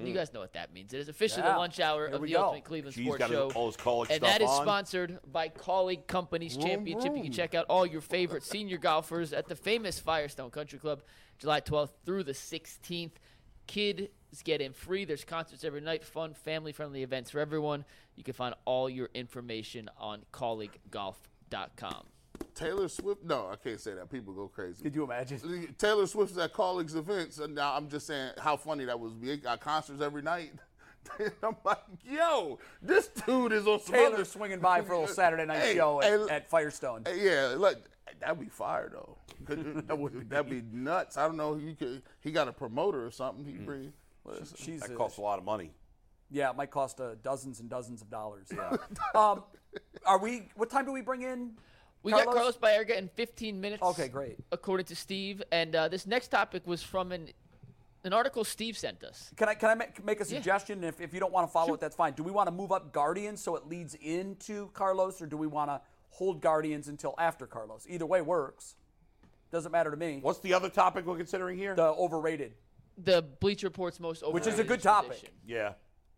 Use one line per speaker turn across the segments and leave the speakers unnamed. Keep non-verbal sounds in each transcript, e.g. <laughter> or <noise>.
You
Mm.
guys know what that means. It is officially
Yeah.
the lunch hour
Here
of
we
the
go.
Ultimate Cleveland
She's
Sports
got
Show.
all his college
and
stuff
that is
on.
sponsored by Colleague Companies
Vroom,
Championship. You
vroom.
can check out all your favorite senior golfers at the famous Firestone Country Club, July 12th through the 16th. Kids get in free. There's concerts every night, fun, family friendly events for everyone. You can find all your information on colleaguegolf.com.
Taylor Swift? No, I can't say that. People go crazy.
Could you imagine?
Taylor Swift's at colleagues' events, and now I'm just saying how funny that would be. It got concerts every night. <laughs> I'm like, yo, this dude is on some
Taylor
other-
swinging by for a little Saturday night
Hey,
show at,
hey,
at Firestone.
Hey, yeah, look, that'd be fire though.
<laughs>
Could- that would that'd be nuts. I don't know. You could he got a promoter or something. He
Mm.
bring. listen.
She's
That
a-
costs a lot of money.
yeah, it might cost uh, dozens and dozens of dollars.
<laughs>
Yeah. um, are we? What time do we bring in?
We got
Carlos?
Carlos Baerga in 15 minutes.
Okay, great.
According to Steve, and uh, this next topic was from an an article Steve sent us.
Can I can I make, make a suggestion? If, if you don't want to follow it, that's fine. Do we want to move up Guardians so it leads into Carlos, or do we want to hold Guardians until after Carlos? Either way works. Doesn't matter to me.
What's the other topic we're considering here?
the overrated?
The Bleach Report's most overrated.
is a good topic.
position.
yeah.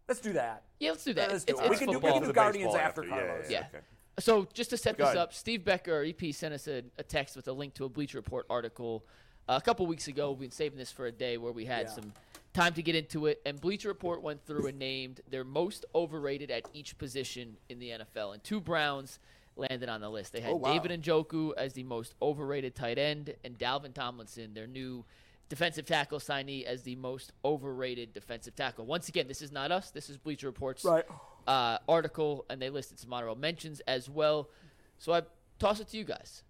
Let's do that.
Yeah, let's do that.
Let's do
it's
it.
it's
We can do- we
football.
can
To
do
the
Guardians
baseball
after Carlos.
yeah.
okay.
So just to set
Go
this
ahead.
up, Steve Becker, our EP, sent us a, a text with a link to a Bleach Report article uh, a couple weeks ago. We've been saving this for a day where we had
Yeah.
some time to get into it. And Bleach Report went through and named their most overrated at each position in the NFL. And two Browns landed on the list. They had
wow.
David Njoku as the most overrated tight end and Dalvin Tomlinson, their new defensive tackle signee, as the most overrated defensive tackle. Once again, this is not us. This is Bleacher Report's
Right.
uh, article, and they listed some honorable mentions as well. So I toss it to you guys.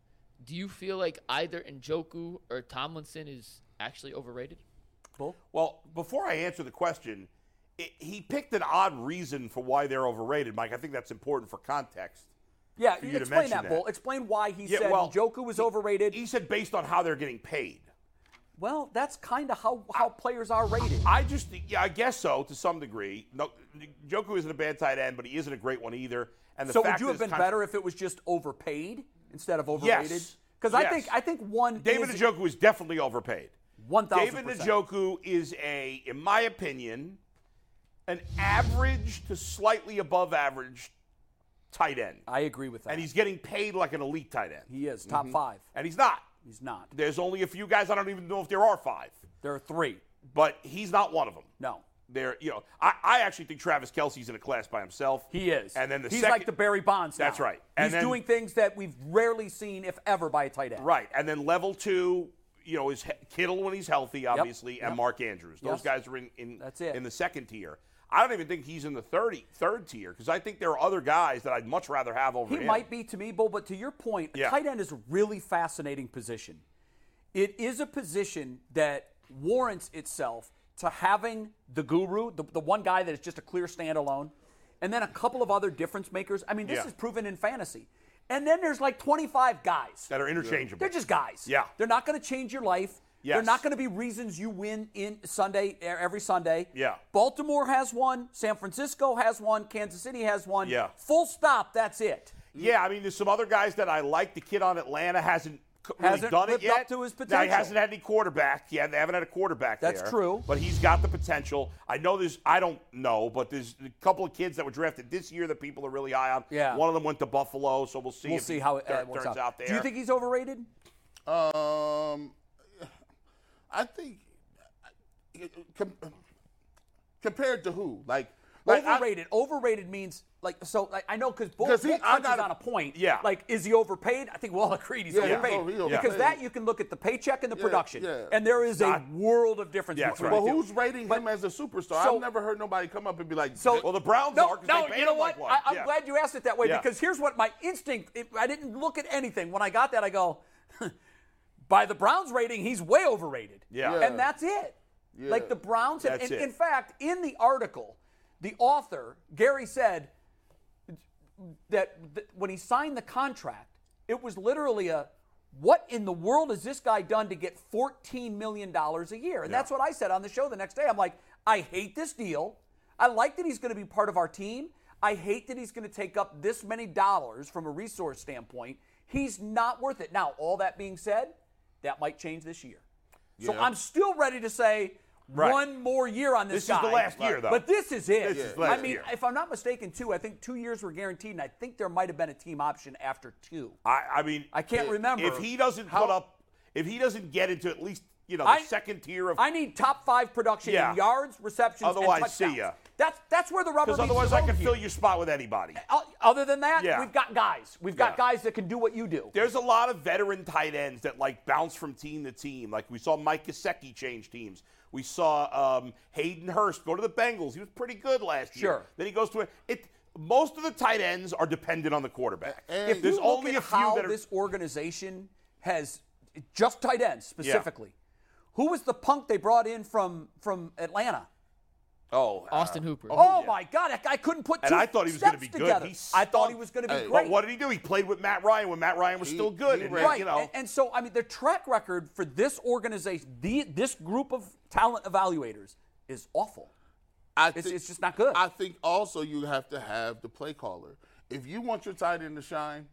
Do you feel like either Njoku or Tomlinson is actually overrated?
Well, before I answer the question, i he picked an odd reason for why they're overrated, Mike. I think that's important for context.
Yeah,
you to
explain
mention
that,
that.
Bull. Explain why he
Yeah,
said
well,
Joku was overrated.
He said based on how they're getting paid.
well, that's kind of how, how players are rated.
I just, yeah, I guess so to some degree. No, Joku isn't a bad tight end, but he isn't a great one either. And the
so would
fact
you have
is
been
con-
better if it was just overpaid instead of overrated? Because I
Yes.
think I think one
David
is,
Njoku is definitely overpaid.
1,000%.
David Njoku is a, in my opinion, an average to slightly above average tight end.
I agree with that.
And he's Mm-hmm. getting paid like an elite tight end.
he is top five.
And he's not.
He's not.
There's only a few guys. I don't even know if there are five,
There are three.
but he's not one of them.
No.
There, you know, I, I actually think Travis Kelsey's in a class by himself.
He is.
And then the
he's
second,
like the Barry Bonds. now.
That's right. And
he's
then-
doing things that we've rarely seen, if ever, by a tight end.
Right, and then level two, you know, is he- Kittle when he's healthy, obviously, and
Yep.
Mark Andrews. Those
Yes.
guys are in in,
That's it.
in the second tier. I don't even think he's in the 30, third tier because I think there are other guys that I'd much rather have over
He
him.
might be to me, Bull, but to your point, a
Yeah.
tight end is a really fascinating position. It is a position that warrants itself to having the guru, the, the one guy that is just a clear standalone, and then a couple of other difference makers. I mean, this
Yeah.
is proven in fantasy. And then there's like 25 guys.
that are interchangeable.
They're just guys.
Yeah.
They're not going to change your life. They're
Yes.
not going to be reasons you win in Sunday e- every Sunday.
Yeah.
Baltimore has one. San Francisco has one. Kansas City has one.
Yeah.
Full stop. That's it.
Yeah, I mean, there's some other guys that I like. The kid on Atlanta hasn't c- really
Hasn't
done it
lived
yet.
up to his
Now, he
potential.
hasn't had any quarterback. Yeah, they haven't had a quarterback.
That's
there.
true.
But he's got the potential. I know there's. I don't know, but there's a couple of kids that were drafted this year that people are really high on.
Yeah.
One of them went to Buffalo, so we'll see.
We'll
if
see
he
how it
tur-
uh, works
turns out. there.
Do you think he's overrated?
Um, I think com- compared to who? Like, like I-
overrated. overrated means like so. Like, I know because Bull,
'Cause he-
Bull
I
punches
gotta-
on a point.
Yeah.
Like, is he overpaid? I think we all <laughs> agreed he's
Yeah,
overpaid
he's over- he's overpaid.
because that you can look at the paycheck and the production,
yeah.
and there is a world of difference
Yeah, that's
between
right.
the
But
two.
who's rating him as a superstar?
so-
I've never heard nobody come up and be like,
So,
Well, the Browns
no,
are, 'cause
No,
they paid
you know
him like
what?
one.
I, am
Yeah.
glad you asked it that way
Yeah.
because here's what my instinct. It, I didn't look at anything when I got <laughs> that. I go, by the Browns rating, he's way overrated.
Yeah.
and that's it. Like the Browns have.
That's
in,
it.
in fact, in the article, the author, Gary, said that, that when he signed the contract, it was literally a what in the world has this guy done to get $14 million a year? And that's what I said on the show the next day. I'm like, I hate this deal. I like that he's going to be part of our team. I hate that he's going to take up this many dollars from a resource standpoint. He's not worth it. Now, all that being said, that might change this year. So
Yeah.
I'm still ready to say
Right.
one more year on this
This is the
guy.
last year, though.
But this is it.
This is
I
last
mean,
year.
if I'm not mistaken, too, I think two years were guaranteed, and I think there might have been a team option after two.
I, I mean,
I can't remember.
If he doesn't put up, if he doesn't get into at least you know the
I-
second tier of,
I need top five production
Yeah.
in yards, receptions,
Otherwise,
and touchdowns.
see ya.
That's that's where the rubber
because
meets
otherwise
the
I
road
can
here.
fill your spot with anybody.
O- Other than that,
Yeah.
we've got guys. We've got
Yeah.
guys that can do what you do.
There's a lot of veteran tight ends that like bounce from team to team. Like we saw Mike Gesicki change teams. We saw um, Hayden Hurst go to the Bengals. He was pretty good last year.
Sure.
Then he goes to a, it. Most of the tight ends are dependent on the quarterback.
And-
If
There's
you look
only
at
a few
how
that are-
this organization has just tight ends specifically, who was the punk they brought in from from Atlanta?
oh, uh,
Austin Hooper.
Oh my God! That guy couldn't put.
And
two
I thought he was
going to
be good. He
I thought he
stunk.
was going to be
Hey.
great.
But what did he do? He played with Matt Ryan when Matt Ryan was still good.
he
and,
ran-
you
right?
know,
and, and so I mean, the track record for this organization, the, this group of talent evaluators, is awful.
I
It's,
thi-
it's just not good.
I think also you have to have the play caller. If you want your tight end to shine,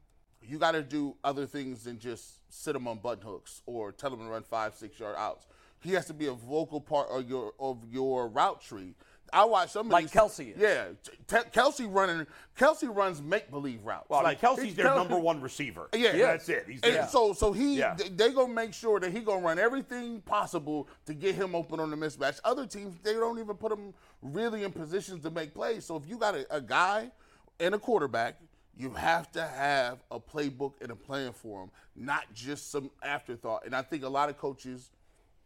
you got to do other things than just sit him on button hooks or tell him to run five, six yard outs. He has to be a vocal part of your of your route tree. I watch some of
Like
these-
Kelsey is.
Yeah, Te- Kelsey running. Kelsey runs make believe routes.
well, I mean, Kelsey's
it's
their
Kel-
number one receiver.
Yeah,
that's it. He's
And
their-
so so he
Yeah.
they, they gonna make sure that he gonna run everything possible to get him open on the mismatch. Other teams they don't even put him really in positions to make plays. So if you got a, a guy and a quarterback, you have to have a playbook and a plan for him, not just some afterthought. And I think a lot of coaches.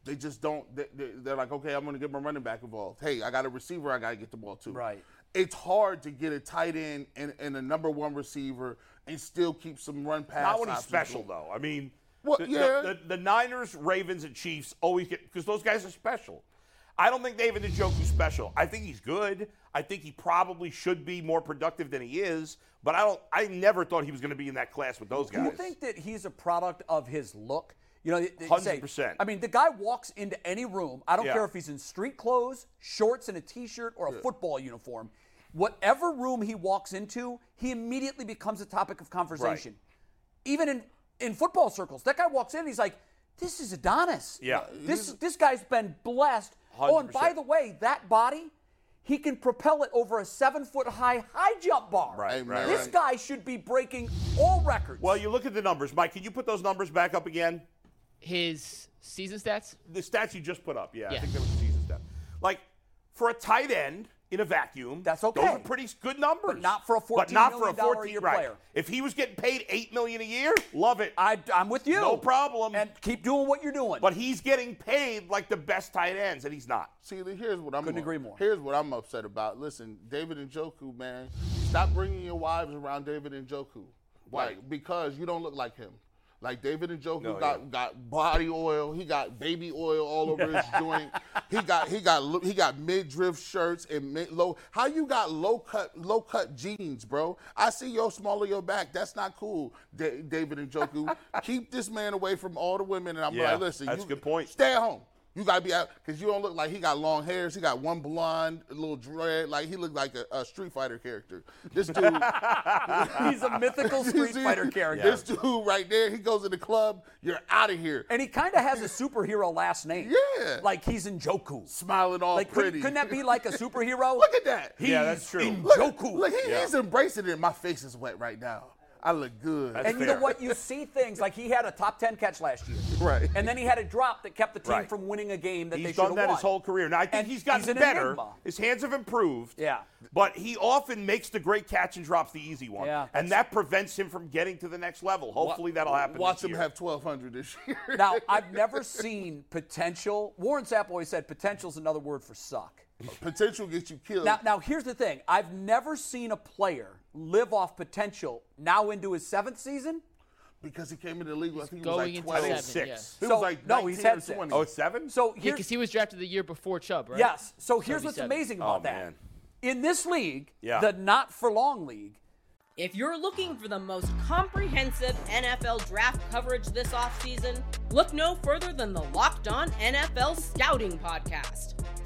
They just don't. They, they- they're like, okay, I'm going to get my running back involved. Hey, I got a receiver. I got to get the ball too.
Right.
It's hard to get a tight end and, and a number one receiver and still keep some run pass.
Not when he's
options
special,
going.
though. I mean,
Well,
the, the-
yeah.
the, the Niners, Ravens, and Chiefs always get because those guys are special. I don't think David Njoku's special. I think he's good. I think he probably should be more productive than he is. But I don't. I never thought he was going to be in that class with those
Do
guys.
you think that he's a product of his look? You know, they- they say-
100%.
I mean, the guy walks into any room. I don't
Yeah.
care if he's in street clothes, shorts, and a T-shirt, or a football uniform. Whatever room he walks into, he immediately becomes a topic of conversation. Even in in football circles, that guy walks in, he's like, "This is Adonis.
Yeah.
this this guy's been blessed. Oh, and by
100%.
the way, that body." He can propel it over a seven foot high high jump bar.
Right,
right,
This
right.
guy should be breaking all records.
Well, you look at the numbers, Mike. Can you put those numbers back up again?
His season stats.
The stats you just put up. Yeah, I
Yeah.
think that was the season stat. Like for a tight end in a vacuum,
That's
Those are
okay.
pretty good numbers. But
not for a
But not
$14
for a
million dollar a year
right.
player.
If he was getting paid eight million a year, love it.
I, I'm with you.
No problem.
And keep doing what you're doing.
But he's getting paid like the best tight ends, and he's not.
See, the- here's what I'm
Couldn't agree more.
Here's what I'm upset about. Listen, David and Joku, man, stop bringing your wives around David and Joku, like because you don't look like him. Like David and Joku got got body oil, he got baby oil all over
<laughs>
his joint. He got he got lo- he got mid drift shirts and mid low. How you got low cut low cut jeans, bro? I see your smaller your back. That's not cool, Da- David and
<laughs>
Joku. Keep this man away from all the women. And I'm
Yeah,
like, listen,
that's
you-
a good point.
Stay at home. You gotta be out because you don't look like he got long hairs. He got one blonde, a little dread. Like he looked like a, a Street Fighter character.
<laughs>
This dude, <laughs>
he's a
<laughs>
mythical Street Fighter character.
This dude right there, he goes in the club. You're out of here.
And he kind of has a superhero last name.
Yeah.
Like he's in Joku.
smiling all
Like,
pretty.
couldn't, couldn't that be
<laughs>
like a superhero?
Look at that.
yeah, that's true.
look,
Joku.
Look, he,
Yeah.
he's embracing it. My face is wet right now. I look good.
That's-
and you know
fair.
what? You see things like he had a top 10 catch last year.
Right.
And then he had a drop that kept the team
Right.
from winning a game that they
He's
should have
done that
won.
his whole career. Now I think
And
he's gotten
he's an
better.
enigma.
His hands have improved.
Yeah.
But he often makes the great catch and drops the easy one.
Yeah.
And that prevents him from getting to the next level. Hopefully that'll happen.
Watch
this
him
year.
have 1,200 this <laughs> year.
Now, I've never seen potential. Warren Sapp always said potential's another word for suck.
Potential gets you killed.
Now, now here's the thing. I've never seen a player live off potential now into his seventh season
because he came into the league. I think he was
going
like
into
12.
It's
seven,
six.
He
So,
was like
no, he's
19 or
had six.
20.
Oh, it's seven?
So
Yeah,
here's
because he was drafted the year before Chubb, right?
Yes. So here's what's
77.
amazing about
Oh,
that.
man.
In this league,
Yeah.
the not for long league,
If you're looking for the most comprehensive NFL draft coverage this offseason, look no further than the Locked On NFL Scouting Podcast.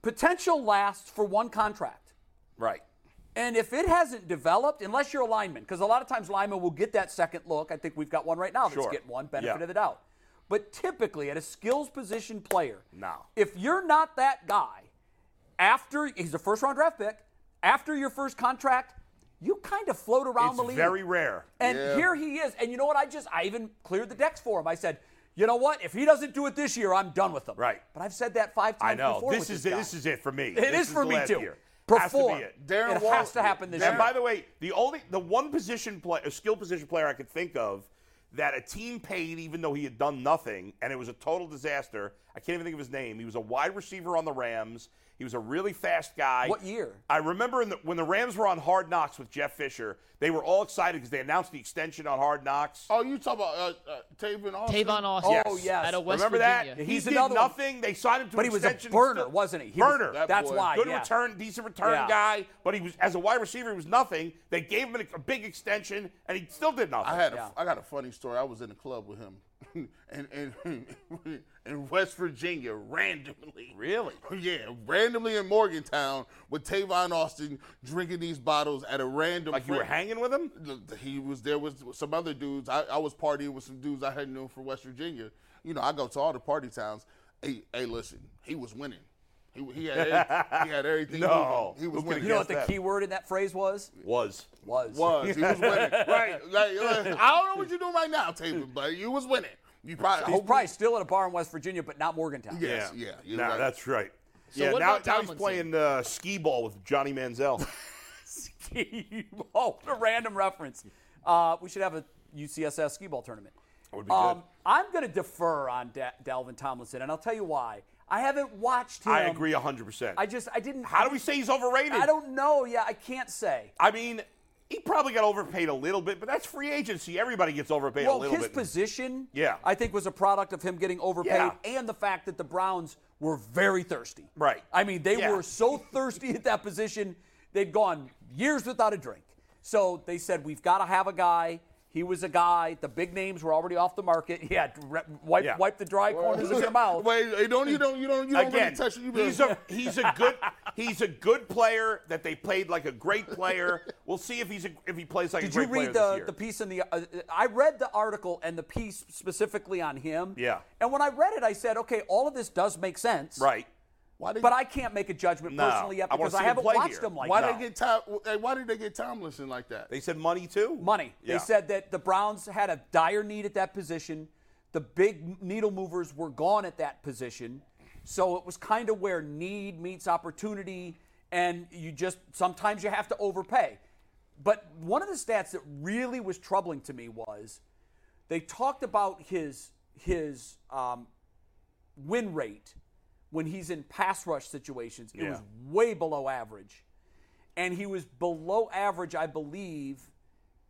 potential lasts for one contract.
Right.
And if it hasn't developed, unless you're a lineman, because a lot of times linemen will get that second look. I think we've got one right now that's
Sure.
getting one benefit
Yeah.
of the doubt. But typically, at a skills position player,
No.
if you're not that guy, after he's a first round draft pick, after your first contract, you kind of float around the
It's
league.
very rare.
And here he is. And you know what? I just I even cleared the decks for him. I said, you know what? If he doesn't do it this year, I'm done with him.
Right.
But I've said that five times
I know.
before.
This
with
is
this,
it.
guy.
This is it for me.
It
This
is for
the
me
last
too.
year. Has to be
Perform.
it.
Darren
it
Waller-
has to happen this
Darren-
year.
And by the way, the only the one position player, skill position player I could think of that a team paid even though he had done nothing and it was a total disaster. I can't even think of his name. He was a wide receiver on the Rams. He was a really fast guy.
What year?
I remember in the, when the Rams were on Hard Knocks with Jeff Fisher, they were all excited because they announced the extension on Hard Knocks.
Oh, you talk about uh, uh, Tavon Austin?
Tavon Austin.
Oh,
Yes.
yes.
Out of West
Remember
Virginia.
that?
Yeah, he's
he did
another one.
nothing. They signed him to
But
an
he was a
extension.
burner,
Still-
wasn't he? he was-
burner.
That
that's
boy.
why.
Good
yeah.
return, decent return
Yeah.
guy, but he was as a wide receiver, he was nothing. They gave him a, a big extension, and he still did nothing.
I had
Yeah.
a, I got a funny story. I was in the club with him, <laughs> and and in <laughs> West Virginia randomly.
Really?
<laughs> Yeah, randomly in Morgantown with Tavon Austin drinking these bottles at a random.
like you were
friend-
hanging with him.
he was there with some other dudes. I, I was partying with some dudes I hadn't known from West Virginia. You know, I go to all the party towns. Hey, hey listen, he was winning. He, he, had, every- he had
<laughs>
everything.
No.
moving. he
Who
was
could've
winning.
You know what the
Yes, that-
key word in that phrase was?
Was
Was.
was. He was
<laughs>
winning. right. Like, like, I don't know what you're doing right now, Taven, but you was winning. You probably.
He's <laughs> probably still at a bar in West Virginia, but not
<laughs>
Morgantown. <laughs>
Yes, yeah.
yeah.
you're
No,
right.
that's right.
So
yeah,
what
now,
about
now he's
Tomlinson?
playing uh, skee ball with Johnny
<laughs>
Manziel.
oh, a random reference. Uh, we should have a UCSS skee ball tournament. Um,
would be good.
I'm going to defer on Da- Dalvin Tomlinson, and I'll tell you why. I haven't watched him.
I agree 100. percent
I just I didn't.
How do we say he's overrated?
I don't know. Yeah, I can't say.
I mean, he probably got overpaid a little bit, but that's free agency. Everybody gets overpaid a
Well,
little
his
bit.
position,
Yeah.
I think was a product of him getting overpaid
Yeah.
and the fact that the Browns were very thirsty.
Right.
I mean, they
Yeah.
were so thirsty at that position, they'd gone years without a drink. So they said, we've got to have a guy. He was a guy. The big names were already off the market. He had re- wipe,
Yeah.
wipe the dry
<laughs>
corners of your mouth.
Wait, hey, don't you don't you don't you don't
Again,
really touch it. You really-
he's a he's a good he's a good player that they played like a great player. We'll see if he's a, if he plays like a
Did you
great player
read
this
the,
year.
the piece in the? Uh, I read the article and the piece specifically on him.
Yeah.
And when I read it, I said, okay, all of this does make sense.
right?
why did
But I can't make a judgment
No,
personally yet
I wanna
because I,
see him
haven't
play
watched
here.
them like
why
that.
they get Tom, hey, why did they get Tomlinson like that?
They said money too.
money?
Yeah.
They said that the Browns had a dire need at that position. The big needle movers were gone at that position, so it was kind of where need meets opportunity, and you just sometimes you have to overpay. But one of the stats that really was troubling to me was they talked about his his um, win rate when he's in pass rush situations. It was way below average, and he was below average, I believe,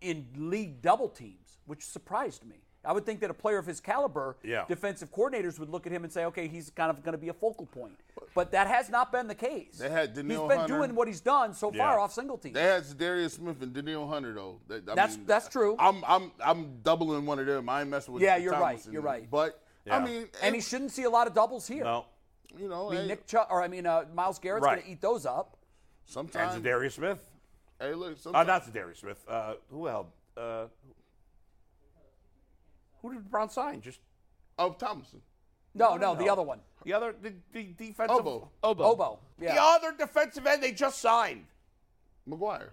in league double teams, which surprised me. I would think that a player of his caliber,
Yeah.
defensive coordinators would look at him and say, "Okay, he's kind of going to be a focal point." But that has not been the case.
They had
he's been
Danielle Hunter.
doing what he's done so far
Yeah.
off single teams.
They had Darius Smith and Daniel Hunter though. That- I
That's-
mean,
that's true.
I'm I'm I'm doubling one of them. I ain't messing with.
Yeah, you're right,
Tomlinson.
you're right.
But I
Yeah.
mean,
and he shouldn't see a lot of doubles here.
No.
you know,
I mean,
hey,
Nick Chubb, or I mean, uh, Miles Garrett's
Right.
going to eat those up.
And
sometimes.
Darius Smith.
Hey,
Oh,
look,
Uh,
sometimes
not Darius Smith. Uh, who held? Uh, who did Brown sign? Just
of Tomlinson.
No, no, the other one,
the other the, the defensive
Obo,
Obo.
Oboe. Yeah.
The other defensive end they just signed.
McGuire.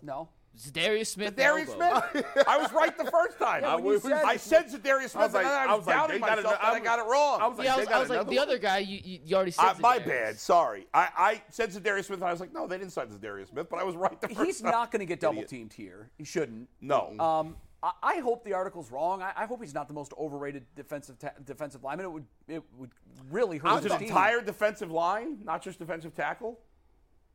No.
Darius Smith.
Darius
elbow.
Smith. I was right the first
<laughs>
time.
Yeah,
I,
when you
was,
said it-
I said Zadarius Smith,
I was like-
and then
I
I
was
was
like,
doubting
they got
myself
another-
that I got it wrong.
I was like,
Yeah, I
they
was,
got
I was like
another
the other guy. You, you, you already said.
I, my
Za'Darius.
bad. Sorry. I, I said Zadarius Smith, and I was like, no, they didn't sign Zadarius Smith, but I was right the first
He's
time.
not going to get double
Idiot.
teamed here. He shouldn't.
No.
Um, I, I hope the article's wrong. I, I hope he's not the most overrated defensive ta- defensive lineman. It would it would really hurt
Out
his
to the
team.
entire defensive line, not just defensive tackle.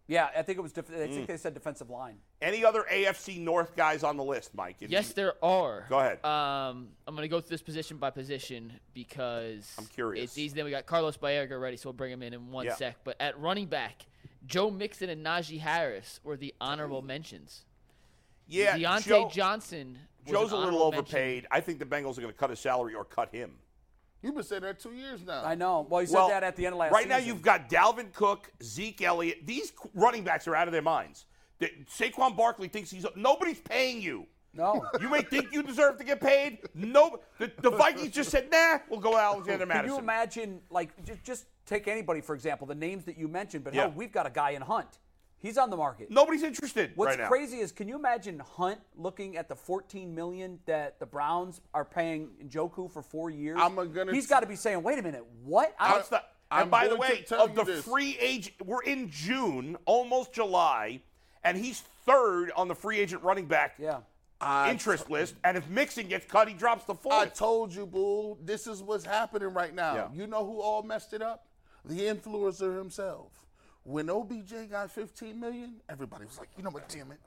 Yeah, I think it was. Def- I
Mm.
think they said defensive line.
Any other AFC North guys on the list, Mike? If
Yes,
you-
there are.
Go ahead.
Um, I'm gonna go through this position by position because I'm
curious.
It's easy. Then we got Carlos Baerga ready, so we'll bring him in in one
Yeah.
sec. But at running back, Joe Mixon and Najee Harris were the honorable mentions.
yeah,
Deontay
Joe-
Johnson. was
Joe's a
an
little
honorable mention.
overpaid. I think the Bengals are going to cut his salary or cut him.
You've been saying that two years now.
I know. Well, he said that at the end of last.
Right now,
season.
you've got Dalvin Cook, Zeke Elliott. These qu- running backs are out of their minds. The- Saquon Barkley thinks he's nobody's paying you. <laughs>
no.
You may think you deserve to get paid. No, the, the Vikings just said, "Nah, we'll go Alexander
Can
Madison."
you imagine, like, just, just take anybody, for example, the names that you mentioned, but
Yeah.
hell, we've got a guy in Hunt. He's on the market.
Nobody's interested
What's
right now.
crazy is, can you imagine Hunt looking at the 14 million that the Browns are paying Njoku for four years?
I'm gonna-
He's got to be saying, "Wait a minute, what? I
What's the- and
I'm
by the
going to
way,
tell
of
you
the
this.
free agent, we're in June, almost July, and he's third on the free agent running back
yeah,
interest list. And if Mixon gets cut, he drops the
I
fourth.
told you, Bull, this is what's happening right now.
Yeah.
You know who all messed it up? The influencer himself. When OBJ got 15 million, everybody was like, you know what, damn it.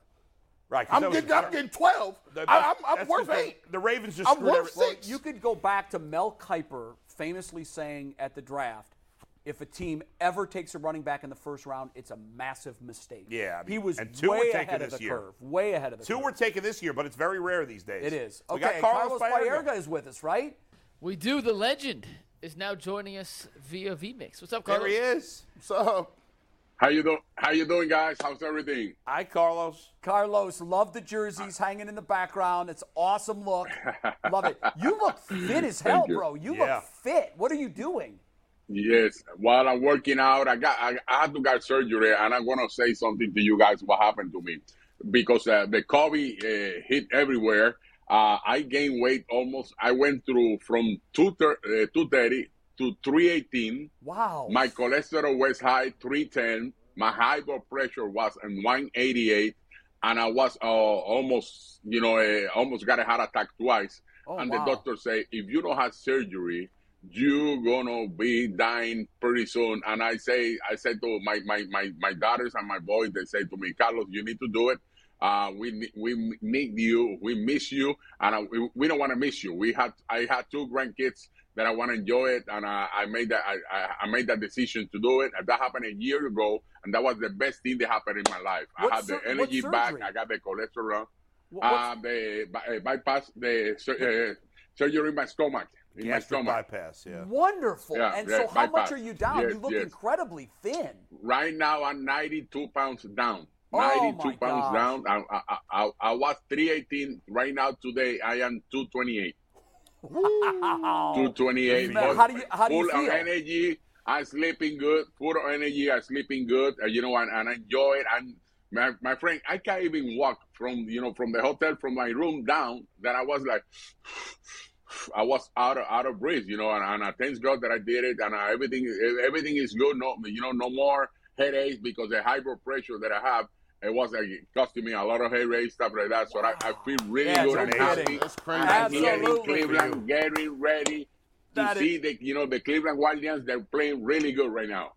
right, 'cause
I'm
that was
getting,
a-
I'm getting 12.
that-
I, I'm, I'm
that's
worth
'cause the-
eight.
The Ravens just
I'm
screwed
worth
everything.
six.
you could go back to Mel Kiper famously saying at the draft." If a team ever takes a running back in the first round, it's a massive mistake.
Yeah, I mean,
he was
and two were
way
taken
ahead of
this
the
year.
curve. Way ahead of the
Two
curve.
were taken this year, but it's very rare these days.
It is.
We
okay,
got Carlos, Baerga.
is with us, right?
We do. The legend is now joining us via VMix. What's up, Carlos?
There he is.
So,
How you doing? How you doing, guys? How's everything?
Hi, Carlos.
Carlos, love the jerseys hanging in the background. It's awesome look. love it. You look fit
<laughs>
as hell,
you.
bro. You
Yeah.
look fit. What are you doing?
Yes. While I'm working out, I got I, I had to get surgery, and I'm gonna say something to you guys. What happened to me? Because uh, the COVID uh, hit everywhere. Uh, I gained weight almost. I went through from two thir- uh, two thirty to three eighteen.
Wow.
My cholesterol was high, 310. My high blood pressure was in 188, and I was uh, almost, you know, uh, almost got a heart attack twice.
Oh,
and
wow.
the doctor said, if you don't have surgery, you gonna be dying pretty soon. And I say, I said to my my my, my daughters and my boys, they say to me, Carlos, you need to do it. Uh, we ne- we need you. We miss you, and I, we, we don't want to miss you. We had I had two grandkids that I want to enjoy it, and I, I made that I, I- I made that decision to do it. And that happened a year ago, and that was the best thing that happened in my life.
What
I had
sur-
the
what
energy back.
surgery?
I got the cholesterol.
Wh- what's-
Uh, the by, uh, bypass the sur- uh, surgery in my stomach. In my
Gastric
stomach.
bypass. Yeah.
Wonderful.
Yeah,
and
yeah,
so, how much
bypass.
are you down?
Yes,
you look
yes.
incredibly thin.
right now I'm 92 pounds down.
Oh,
92
my
pounds
gosh.
down. I, I, I, I was 318. Right now, today, I am 228.
Wow.
228.
Man,
Full-
how do you- how do you
full
feel?
of energy. I'm sleeping good. Full of energy. I'm sleeping good. Uh, you know, and, and I enjoy it. And my, my friend, I can't even walk from, you know, from the hotel, from my room down. That I was like, <sighs> I was out of out of breath, you know, and, and I thanks God that I did it, and I, everything e, everything is good. No, you know, no more headaches because the high blood pressure that I have, it was like costing me a lot of headaches, stuff like that. So I, I feel really
Yeah,
good
no
and
kidding.
happy.
That's crazy.
And I'm here in
Absolutely.
Cleveland, getting ready to
That
see the you know the Cleveland Guardians. They're playing really good right now.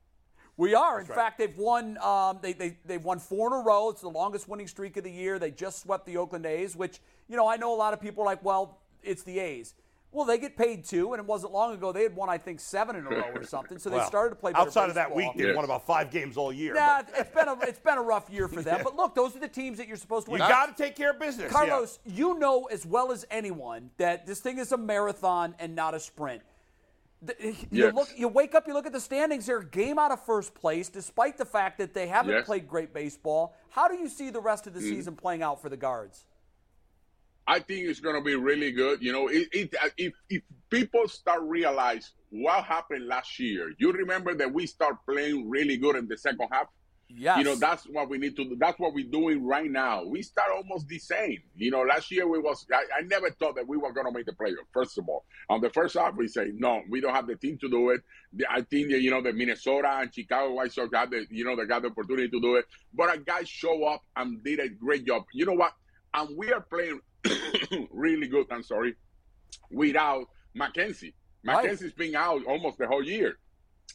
We are. In fact, they've won. Um, they they they've won four in a row. It's the longest winning streak of the year. They just swept the Oakland A's, which you know I know a lot of people are like, well, it's the A's. Well, they get paid two, and it wasn't long ago they had won, I think, seven in a row or something. So
<laughs>
they
Well,
started to play. Better
outside of that
baseball.
week, they
Yes.
won about five games all year.
Nah,
but
it's been a it's been a rough year
<laughs>
for them. But look, those are the teams that you're supposed to
you
win.
got to take care of business. yeah.
Carlos, you know as well as anyone that this thing is a marathon and not a sprint. The- You
Yes.
look, you wake up, you look at the standings. They're a game out of first place, despite the fact that they haven't
Yes. Mm.
played great baseball. How do you see the rest of the season playing out for the guards?
I think it's going to be really good. You know, it, it, uh, if if people start realize what happened last year, you remember that we start playing really good in the second half.
Yes.
You know, that's what we need to do. That's what we're doing right now. We start almost the same. You know, last year we was I, I never thought that we were gonna make the playoff, first of all. On the first half we say, no, we don't have the team to do it. The- I think that, you know, the Minnesota and Chicago White Sox got the you know, they got the opportunity to do it. But our guys show up and did a great job. You know what? And we are playing <coughs> really good, I'm sorry, without McKenzie.
Right.
McKenzie's been out almost the whole year.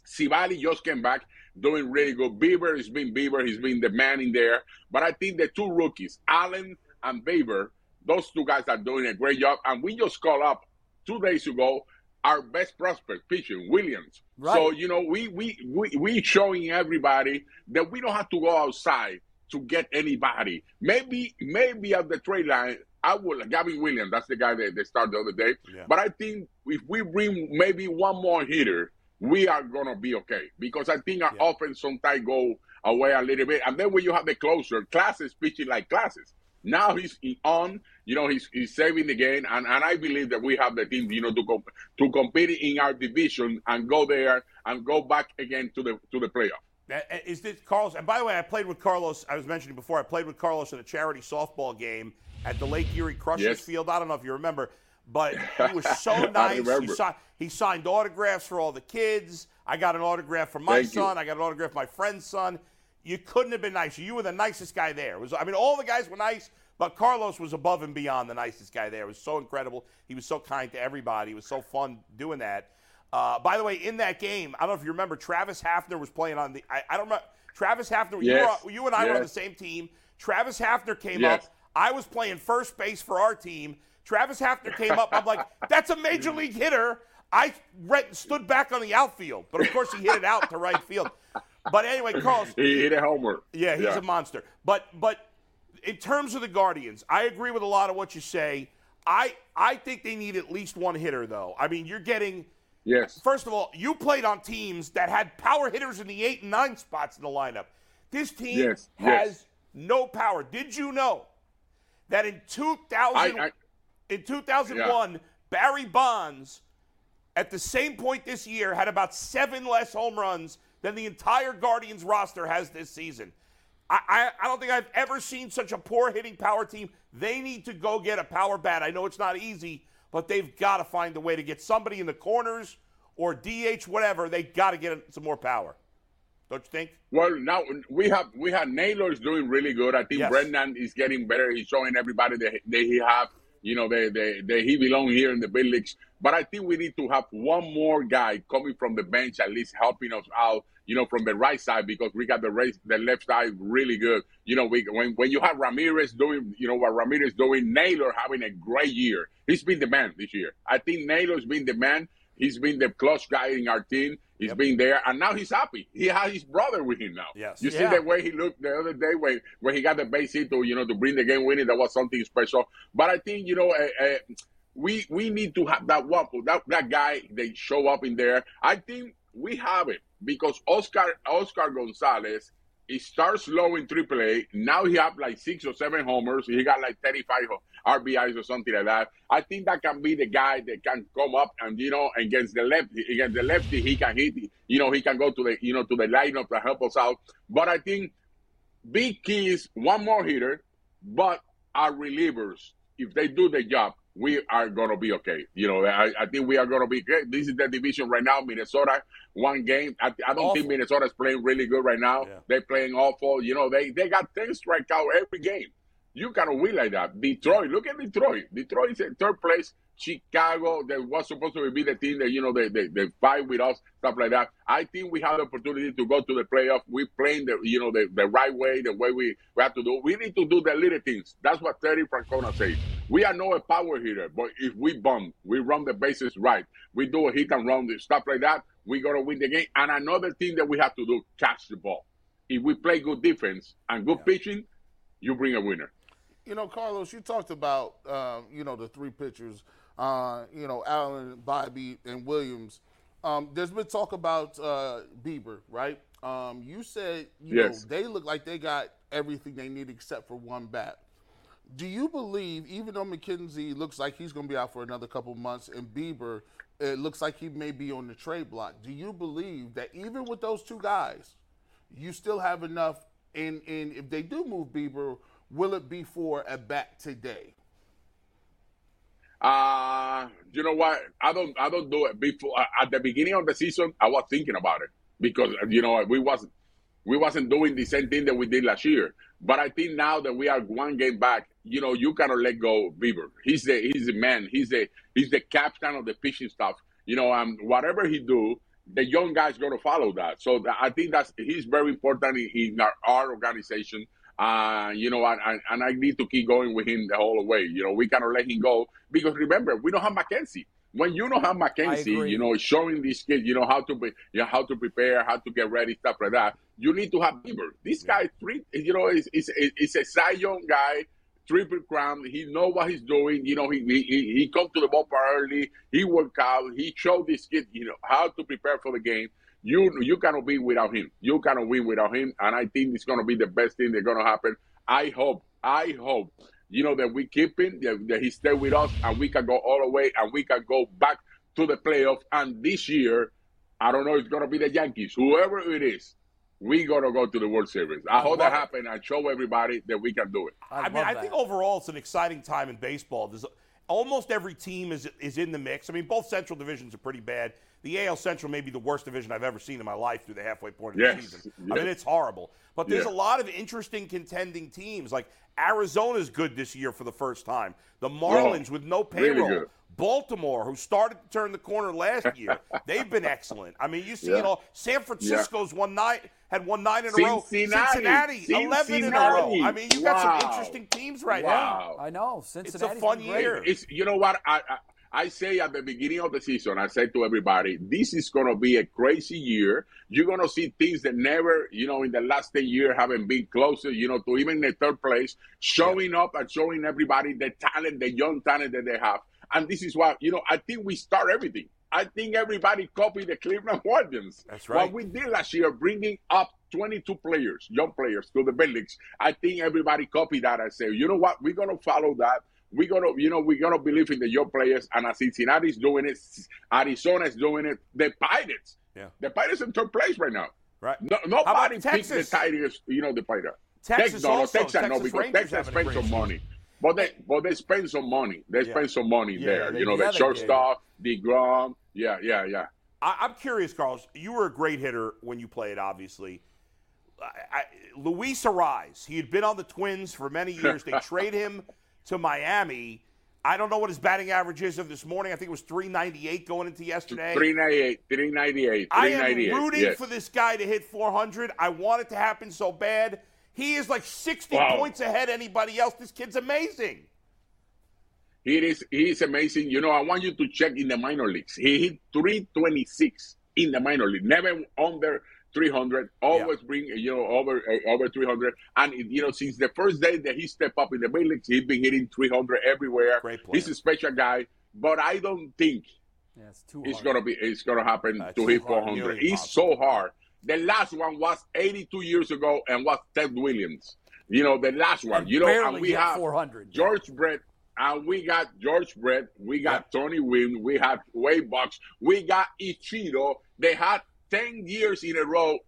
Sibali just came back doing really good. Bieber has been Bieber. He's been the man in there. But I think the two rookies, Allen and Bieber, those two guys are doing a great job. And we just called up two days ago our best prospect, pitching Williams.
Right.
So, you know, we, we, we, we showing everybody that we don't have to go outside to get anybody. Maybe, maybe at the trade line, I would, Gavin Williams, that's the guy that they started the other day.
Yeah.
But I think if we bring maybe one more hitter, we are gonna be okay because I think our offense sometimes go away a little bit, and then when you have the closer, classes pitching like classes. Now he's in- on, you know, he's he's saving the game, and, and I believe that we have the team, you know, to comp- to compete in our division and go there and go back again to the to the playoff.
Uh, Is this Carlos? And by the way, I played with Carlos. I was mentioning before. I played with Carlos at a charity softball game at the Lake Erie Crushers
Yes.
Field. I don't know if you remember, but he
<laughs>
was so
I
nice. He,
remember.
si- he signed autographs for all the kids. I got an autograph for my
Thank you.
son. I got an autograph for my friend's son. You couldn't have been nicer. You were the nicest guy there. It was I mean, all the guys were nice, but Carlos was above and beyond the nicest guy there. It was so incredible. He was so kind to everybody. It was so fun doing that. Uh, by the way, in that game, I don't know if you remember, Travis Hafner was playing on the. I, I don't remember. Travis Hafner, you, were,
Yes.
on- you and I were on the
Yes.
same team. Travis Hafner came
Yes.
up. I was playing first base for our team. Travis Hafner came up. I'm
<laughs>
like, that's a major league hitter. I went, stood back on the outfield, but of course he hit it out to right field. But anyway, Carlos,
He hit a homer.
yeah, he's a monster. But but in terms of the Guardians, I agree with a lot of what you say. I I think they need at least one hitter though. I mean, you're getting
yes.
First of all, you played on teams that had power hitters in the eight and nine spots in the lineup. This team
Yes, yes.
has no power. Did you know that in 2000,
I, I
in 2001, Barry Bonds, at the same point this year, had about seven less home runs than the entire Guardians roster has this season. I, I, I don't think I've ever seen such a poor hitting power team. They need to go get a power bat. I know it's not easy, but they've got to find a way to get somebody in the corners or DH, whatever. They got to get some more power. Don't you think?
Well, now we have we have Naylor's doing really good. I think
Yes.
Brendan is getting better. He's showing everybody that, that he have, you know, that, that, that he belong here in the big leagues. But I think we need to have one more guy coming from the bench, at least helping us out, you know, from the right side because we got the right, the left side really good. You know, we when when you have Ramirez doing, you know, what Ramirez doing, Naylor having a great year. He's been the man this year. I think Naylor's been the man. He's been the clutch guy in our team. He's been there, and now he's happy. He has his brother with him now.
Yes.
You
Yeah.
see the way he looked the other day when, when he got the base hit to you know to bring the game winning. That was something special. But I think you know. Uh, uh, we we need to have that one that that guy they show up in there. I think we have it because Oscar Oscar Gonzalez he starts low in AAA. Now he have like six or seven homers. He got like 35 RBIs or something like that. I think that can be the guy that can come up and you know against the left against the lefty he can hit. You know he can go to the you know to the lineup to help us out. But I think big key is one more hitter, but our relievers, if they do the job, we are gonna be okay. You know, I, I think we are gonna be great. This is the division right now. Minnesota, one game. I, I don't think Minnesota's playing really good right now. They're playing awful. You know, they they got ten strikeout every game. You cannot win like that. Detroit, look at Detroit. Detroit is in third place. Chicago, that was supposed to be the team that you know they, they they fight with us, stuff like that. I think we have the opportunity to go to the playoff. We're playing the you know the, the right way, the way we, we have to do. We need to do the little things. That's what Terry Francona says. We are not a power hitter, but if we bump, we run the bases right, we do a hit and run, stuff like that. We're gonna win the game. And another thing that we have to do: catch the ball. If we play good defense and good pitching, you bring a winner.
You know, Carlos, you talked about um, you know the three pitchers, uh, you know Allen, Bobby, and Williams. Um, there's been talk about uh, Bieber, right? Um, you said you
Yes.
know they look like they got everything they need except for one bat. Do you believe, even though McKenzie looks like he's going to be out for another couple months, and Bieber, it looks like he may be on the trade block? Do you believe that even with those two guys, you still have enough. And and if they do move Bieber, will it be for a bat today?
Uh, you know what? I don't I don't do it before uh, at the beginning of the season. I was thinking about it because uh, you know we wasn't we wasn't doing the same thing that we did last year. But I think now that we are one game back, you know, you cannot let go Bieber. He's the he's the man. He's the he's the captain of the pitching staff. You know, um, whatever he do, the young guys going to follow that. So th- I think that's he's very important in, in our, our organization. Uh, you know, and, and- and I need to keep going with him the whole way. You know, we cannot let him go because remember, we don't have Mackenzie. When you don't have Mackenzie,
agree.
you know, showing these kids, you know, how to be, you know, how to prepare, how to get ready, stuff like that. You need to have Bieber. This guy, three, you know, is is is a Cy Young guy, triple crown. He know what he's doing. You know, he he he he come to the ballpark early. He work out. He show this kid, you know, how to prepare for the game. You you cannot win without him. You cannot win without him. And I think it's gonna be the best thing that's gonna happen. I hope. I hope. You know that we keep him. That, that he stay with us, and we can go all the way, and we can go back to the playoffs. And this year, I don't know. It's gonna be the Yankees, whoever it is. We gonna go to the World Series. I hope that happen and show everybody that we can do it.
I, mean,
love
I
that.
think overall it's an exciting time in baseball. There's almost every team is is in the mix. I mean, both Central divisions are pretty bad. The AL Central may be the worst division I've ever seen in my life through the halfway point of the
Yes.
season. I
Yeah.
mean, it's horrible. But there's
Yeah.
a lot of interesting contending teams. Like Arizona's good this year for the first time. The Marlins with no
Oh, really
payroll.
good.
Baltimore, who started to turn the corner last year,
<laughs>
they've been excellent. I mean, you see it
Yeah.
all. San Francisco's won nine, had won nine in a row.
Cincinnati.
Cincinnati, eleven in a row.
Cincinnati.
I mean, you got
Wow.
some interesting teams right now.
Wow.
I know.
It's a
Cincinnati's
fun
been great.
year.
It's you know what I, I I say at the beginning of the season. I say to everybody, this is gonna be a crazy year. You're gonna see things that never you know in the last ten years haven't been closer. You know to even the third place, showing up and showing everybody the talent, the young talent that they have. And this is why you know I think we start everything. I think everybody copied the Cleveland <laughs> Guardians.
That's right.
What we did last year, bringing up 22 players, young players, to the big leagues. I think everybody copied that and said, you know what, we're gonna follow that. We're gonna, you know, we're gonna believe in the young players. And as Cincinnati's doing it, Arizona is doing it. The Pirates,
Yeah.
the Pirates in third place right now.
Right.
No,
How about
nobody picked the
Texas?
Tigers, you know, the Pirates.
Texas
Tex- no, no,
also.
Texas, no,
Texas
because
Rangers
Texas
having a
spent
great
some
season.
money. But they, but they spend some money. They
Yeah.
spend some money
Yeah,
there.
they-
you know,
yeah,
the
they did.
shortstop, Degrom. Yeah, yeah, yeah.
I, I'm curious, Carlos. You were a great hitter when you played, obviously. I, I, Luis Arise, he had been on the Twins for
<laughs>
many years. They trade him to Miami. I don't know what his batting average is of this morning. I think it was 398 going into yesterday.
398, 398,
I am
398.
rooting
yes.
for this guy to hit 400. I want it to happen so bad. He is like 60
Wow.
points ahead anybody else. This kid's amazing.
He is he is amazing. You know, I want you to check in the minor leagues. He hit 326 in the minor league. Never under 300. Always bring you know over uh, over 300. And you know, since the first day that he stepped up in the big leagues, he's been hitting 300 everywhere.
Great player.
He's a special guy. But I don't think
Yeah, it's too
it's
hard.
gonna be it's gonna happen
Uh,
to
too
hit
hard,
400.
nearly
It's so
impossible.
hard. The last one was 82 years ago and was Ted Williams. You know, the last one. You know,
Barely
and we
hit
have
400.
George Brett, and we got George Brett, we got Tony Wynn, we had Wade Box, we got Ichiro. They had 10 years in a row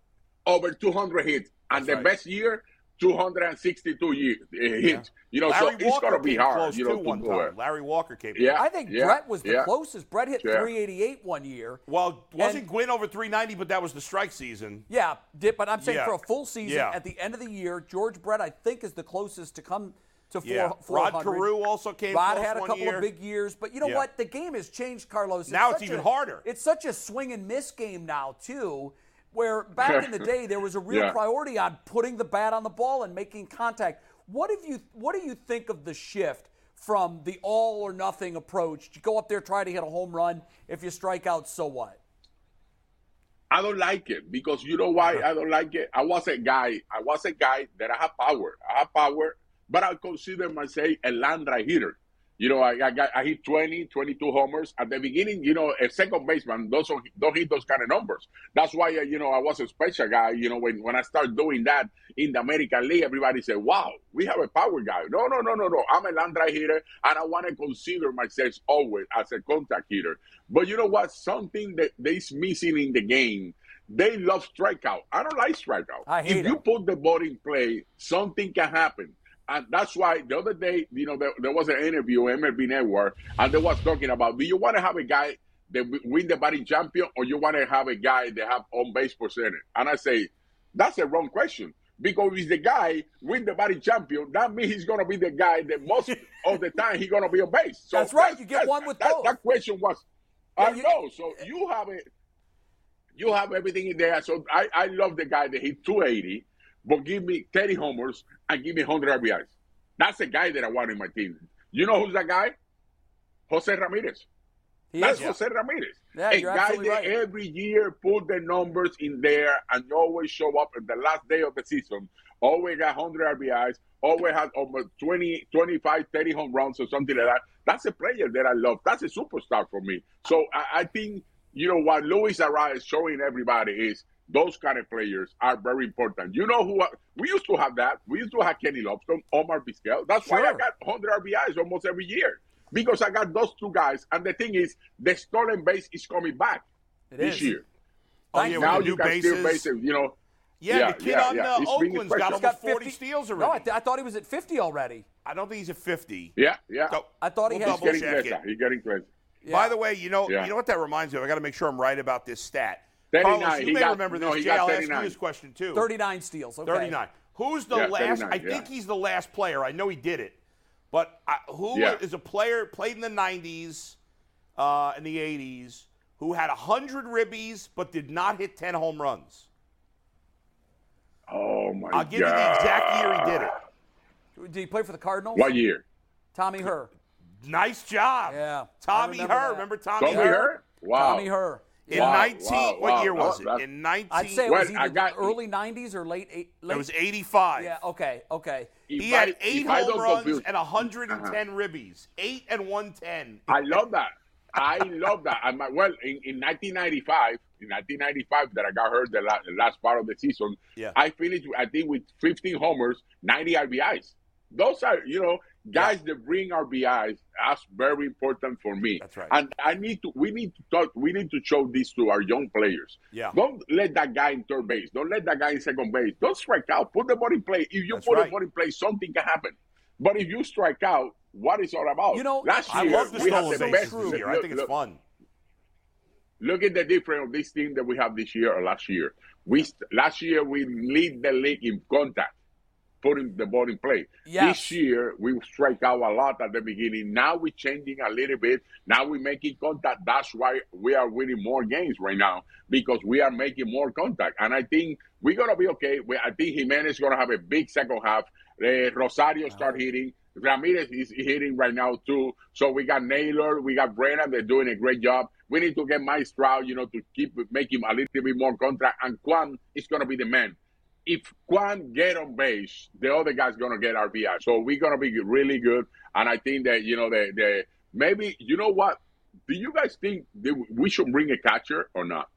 over 200 hits, and the
right.
best year, 262 year, uh, hits. You know,
Larry
so it's
Walker
going to be
came
hard,
close
you
too
know, to
one
do it.
time. Larry Walker came.
Yeah,
I think
yeah,
Brett was the
yeah.
closest. Brett hit
Yeah.
388 one year.
Well, wasn't
And-
Gwynn over 390, but that was the strike season.
Yeah, did, but I'm saying
Yeah.
for a full season
Yeah.
at the end of the year, George Brett I think is the closest to come to four,
Yeah. Rod
400.
Carew also came
Rod
close
had a
one
couple
year.
of big years, but you know
Yeah.
what? The game has changed, Carlos.
Now it's
such
even
a-
harder.
It's such a swing and miss game now too. Where back in
<laughs>
the day there was a real
Yeah.
priority on putting the bat on the ball and making contact. What have you? What do you think of the shift from the all or nothing approach? You go up there, try to hit a home run. If you strike out, so what?
I don't like it because you know why I don't like it. I was a guy. I was a guy that I have power. I have power, but I consider myself a land right hitter. You know, I, I got I hit 20, 22 homers at the beginning. You know, a second baseman doesn't don't hit those kind of numbers. That's why uh, you know I was a special guy. You know, when when I start doing that in the American League, everybody said, "Wow, we have a power guy." No, no, no, no, no. I'm a land right hitter, and I want to consider myself always as a contact hitter. But you know what? Something that that is missing in the game They love strikeout. I don't like strikeout.
I hate
if you
it.
put the ball in play, something can happen. And that's why the other day, you know, there, there was an interview on MLB Network, and they was talking about, do you want to have a guy that wi- win the batting champion, or you want to have a guy that have on base percentage? And I say, that's a wrong question. Because if the guy win the batting champion, that means he's gonna be the guy that
<laughs>
most of the time he's gonna be on base. So
That's right. You get one with
that,
both.
That question was,
Yeah,
I
you-
know. So you have it. You have everything in there. So I, I love the guy that hit 280, but give me 30 homers and give me 100 RBIs. That's the guy that I want in my team. You know who's that guy? Jose Ramirez.
He
That's
is.
Jose Ramirez.
Yeah,
a
you're
guy
absolutely
that
right.
every year put the numbers in there and always show up at the last day of the season. Always got 100 RBIs, always had over 20, 25, 30 home runs or something like that. That's a player that I love. That's a superstar for me. So I, I think, you know, what Luis Arraez is showing everybody is those kind of players are very important. You know who I- we used to have that. We used to have Kenny Lobson, Omar Vizquel. That's why I
Sure.
got 100 RBIs almost every year because I got those two guys. And the thing is, the stolen base is coming back
It
this
is.
year.
Oh,
Thank
yeah,
you.
with
now
the
you
new
can steal
bases.
bases, you know.
Yeah,
Yeah,
the kid
yeah,
on
yeah.
uh,
He's bringing
Oakland's got
pressure.
almost
He's got
40
50
steals
No, I,
already.
th- I thought he was at 50 already.
I don't think he's at 50.
Yeah, yeah.
So,
I thought he
we'll
had-
He's
double
getting
check
closer.
it.
He's getting closer.
By the way, you know
Yeah.
you know what that reminds me of? I got to make sure I'm right about this stat.
39,
Carlos, you
he
may
got-
remember
no,
this.
he
Jay,
got
I'll ask you
39.
this question too.
39 steals. Okay.
39. Who's the
Yeah,
last?
39,
I
yeah.
think he's the last player. I know he did it, but I, who is
Yeah.
a player played in the 90s, uh, in the 80s, who had 100 ribbies but did not hit 10 home runs?
Oh, my
I'll give
God.
you the exact year he did it.
Did he play for the Cardinals?
What year?
Tommy Herr.
Nice job.
Yeah, I
Tommy
remember
Herr.
that.
Remember Tommy
Tommy
Herr?
Hurt? Wow.
Tommy Herr.
In
Wow,
19,
wow,
what
wow.
year
No,
was it?
that's-
In 19,
I'd say it
Well,
was either
I got-
the early 90s or late, eight, late
it was 85.
Yeah, okay, okay.
If
He
I-
had
if
eight
I
home
don't
runs
confuse-
and 110
Uh-huh.
ribbies. Eight and 110.
I love that. I love that. I'm, well, in, in 1995, in 1995, that I got hurt the, la- the last part of the season,
Yeah.
I finished, I think, with 15 homers, 90 RBIs. Those are, you know, guys that bring RBIs. That's very important for me.
That's right.
And I need to. We need to talk. We need to show this to our young players.
Yeah.
Don't let that guy in third base. Don't let that guy in second base. Don't strike out. Put the ball in play. If you
That's
put
right.
the ball in play, something can happen. But if you strike out, what is all about?
You know,
last
I
year
love the
we had
stolen
the
bases
best.
this year. I think it's
look-
fun.
look at the difference of this team that we have this year or last year. We st- last year we lead the league in contact, putting the ball in play.
Yes.
This year we strike out a lot at the beginning. Now we're changing a little bit. Now we're making contact. That's why we are winning more games right now because we are making more contact. And I think we're gonna be okay. We, I think Jimenez is gonna have a big second half. Uh, Rosario start hitting. Ramirez is hitting right now too. So we got Naylor, we got Brennan. They're doing a great job. We need to get Mike Stroud, you know, to keep make him a little bit more contract. And Quan is gonna be the man. If Quan get on base, the other guy's gonna get RBI. So we're gonna be really good. And I think that you know the the maybe you know what? Do you guys think that we should bring a catcher or not?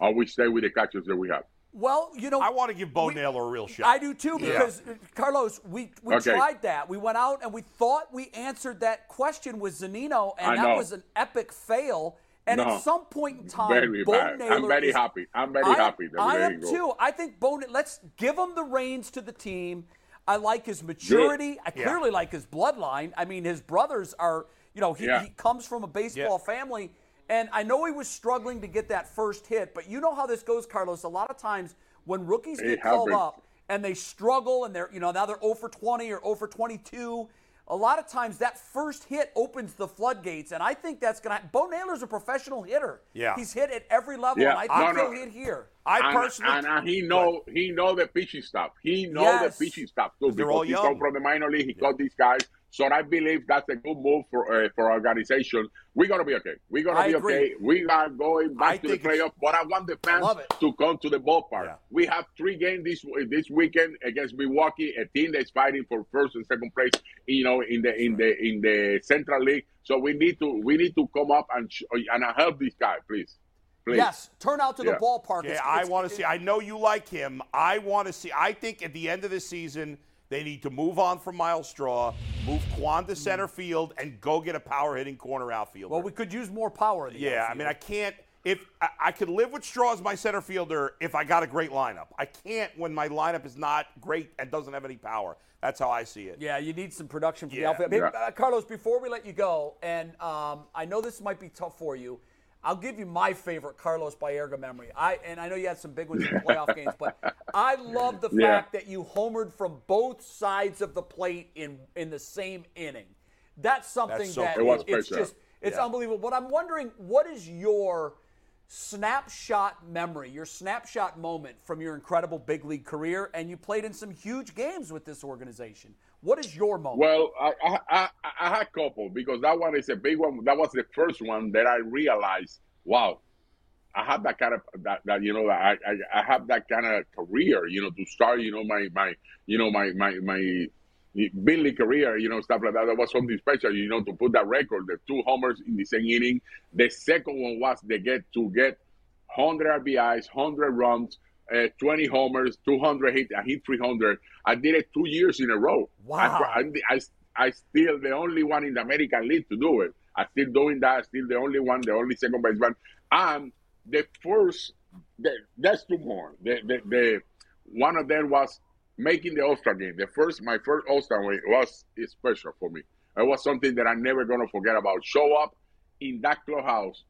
Or we stay with the catchers that we have?
Well, you know,
I want to give Bo
we-
Naylor a real shot.
I do too because uh, Carlos, we, we
Okay.
tried that. We went out and we thought we answered that question with Zanino, and
I
that
know.
was an epic fail. And
No.
at some point in time,
Very
Bo
bad.
Naylor
I'm very
is-
happy. I'm very
I am-
happy that
I
there
am
you go.
too. I think Bo. Let's give him the reins to the team. I like his maturity. I
Yeah.
clearly like his bloodline. I mean, his brothers are. You know, he,
Yeah.
he comes from a baseball family, and I know he was struggling to get that first hit. But you know how this goes, Carlos. A lot of times when rookies
It
get called
happens.
up and they struggle and they're you know now they're 0 for 20 or 0 for 22 a lot of times that first hit opens the floodgates and i think that's gonna bo naylor's a professional hitter
Yeah.
he's hit at every level and
Yeah.
i think
No, no.
he'll hit here
I
and,
personally.
and, and he know he know the pitching stuff. He know
Yes.
the pitching stuff too
They're
because
all
he
young.
come from the minor league. He got these guys, so I believe that's a good move for uh, for our organization. We're gonna be okay. We're gonna
I
be
agree.
okay. We are going back
I
to the
think it's-
playoff, but I want the fans
love it.
to come to the ballpark.
Yeah.
We have three games this this weekend against Milwaukee, a team that's fighting for first and second place. You know, in the in the in the Central League. So we need to we need to come up and sh- and help this guy, please, please.
yes turn out to the
Yeah.
ballpark
Yeah,
It's-
I
it's-
want to see. I know you like him. I want to see. I think at the end of the season, they need to move on from Miles Straw, move Quan to center field, and go get a power hitting corner outfielder.
well we could use more power in the
yeah, I
outfield.
mean, I can't. if I, I could live with Straw as my center fielder if I got a great lineup. I can't when my lineup is not great and doesn't have any power. That's how I see it.
Yeah, you need some production from the
Yeah.
outfield. Maybe,
Yeah.
uh, Carlos, before we let you go, and um, I know this might be tough for you. I'll give you my favorite Carlos Baerga memory. I and I know you had some big ones in the playoff games, but I love the
Yeah.
fact that you homered from both sides of the plate in in the same inning. That's something
That's so
that
cool.
It was
it's
special.
just it's
Yeah.
unbelievable. But I'm wondering, what is your snapshot memory, your snapshot moment from your incredible big league career, and you played in some huge games with this organization. What is your moment?
Well, I, I, I, I had a couple because that one is a big one. That was the first one that I realized, wow, I have that kind of that, that you know that I, I I have that kind of career, you know, to start, you know, my my you know my my my Billy career, you know, stuff like that. That was something special, you know, to put that record, the two homers in the same inning. The second one was they get to get 100 RBIs, 100 runs, uh, 20 homers, 200 hit, I hit 300. I did it two years in a row.
Wow.
I, I, I, I still the only one in the American League to do it. I still doing that. Still the only one, the only second baseman. I'm the first. The, that's two more. The, the the one of them was making the All Star game. The first, my first All Star game was is special for me. It was something that I'm never gonna forget about. Show up in that clubhouse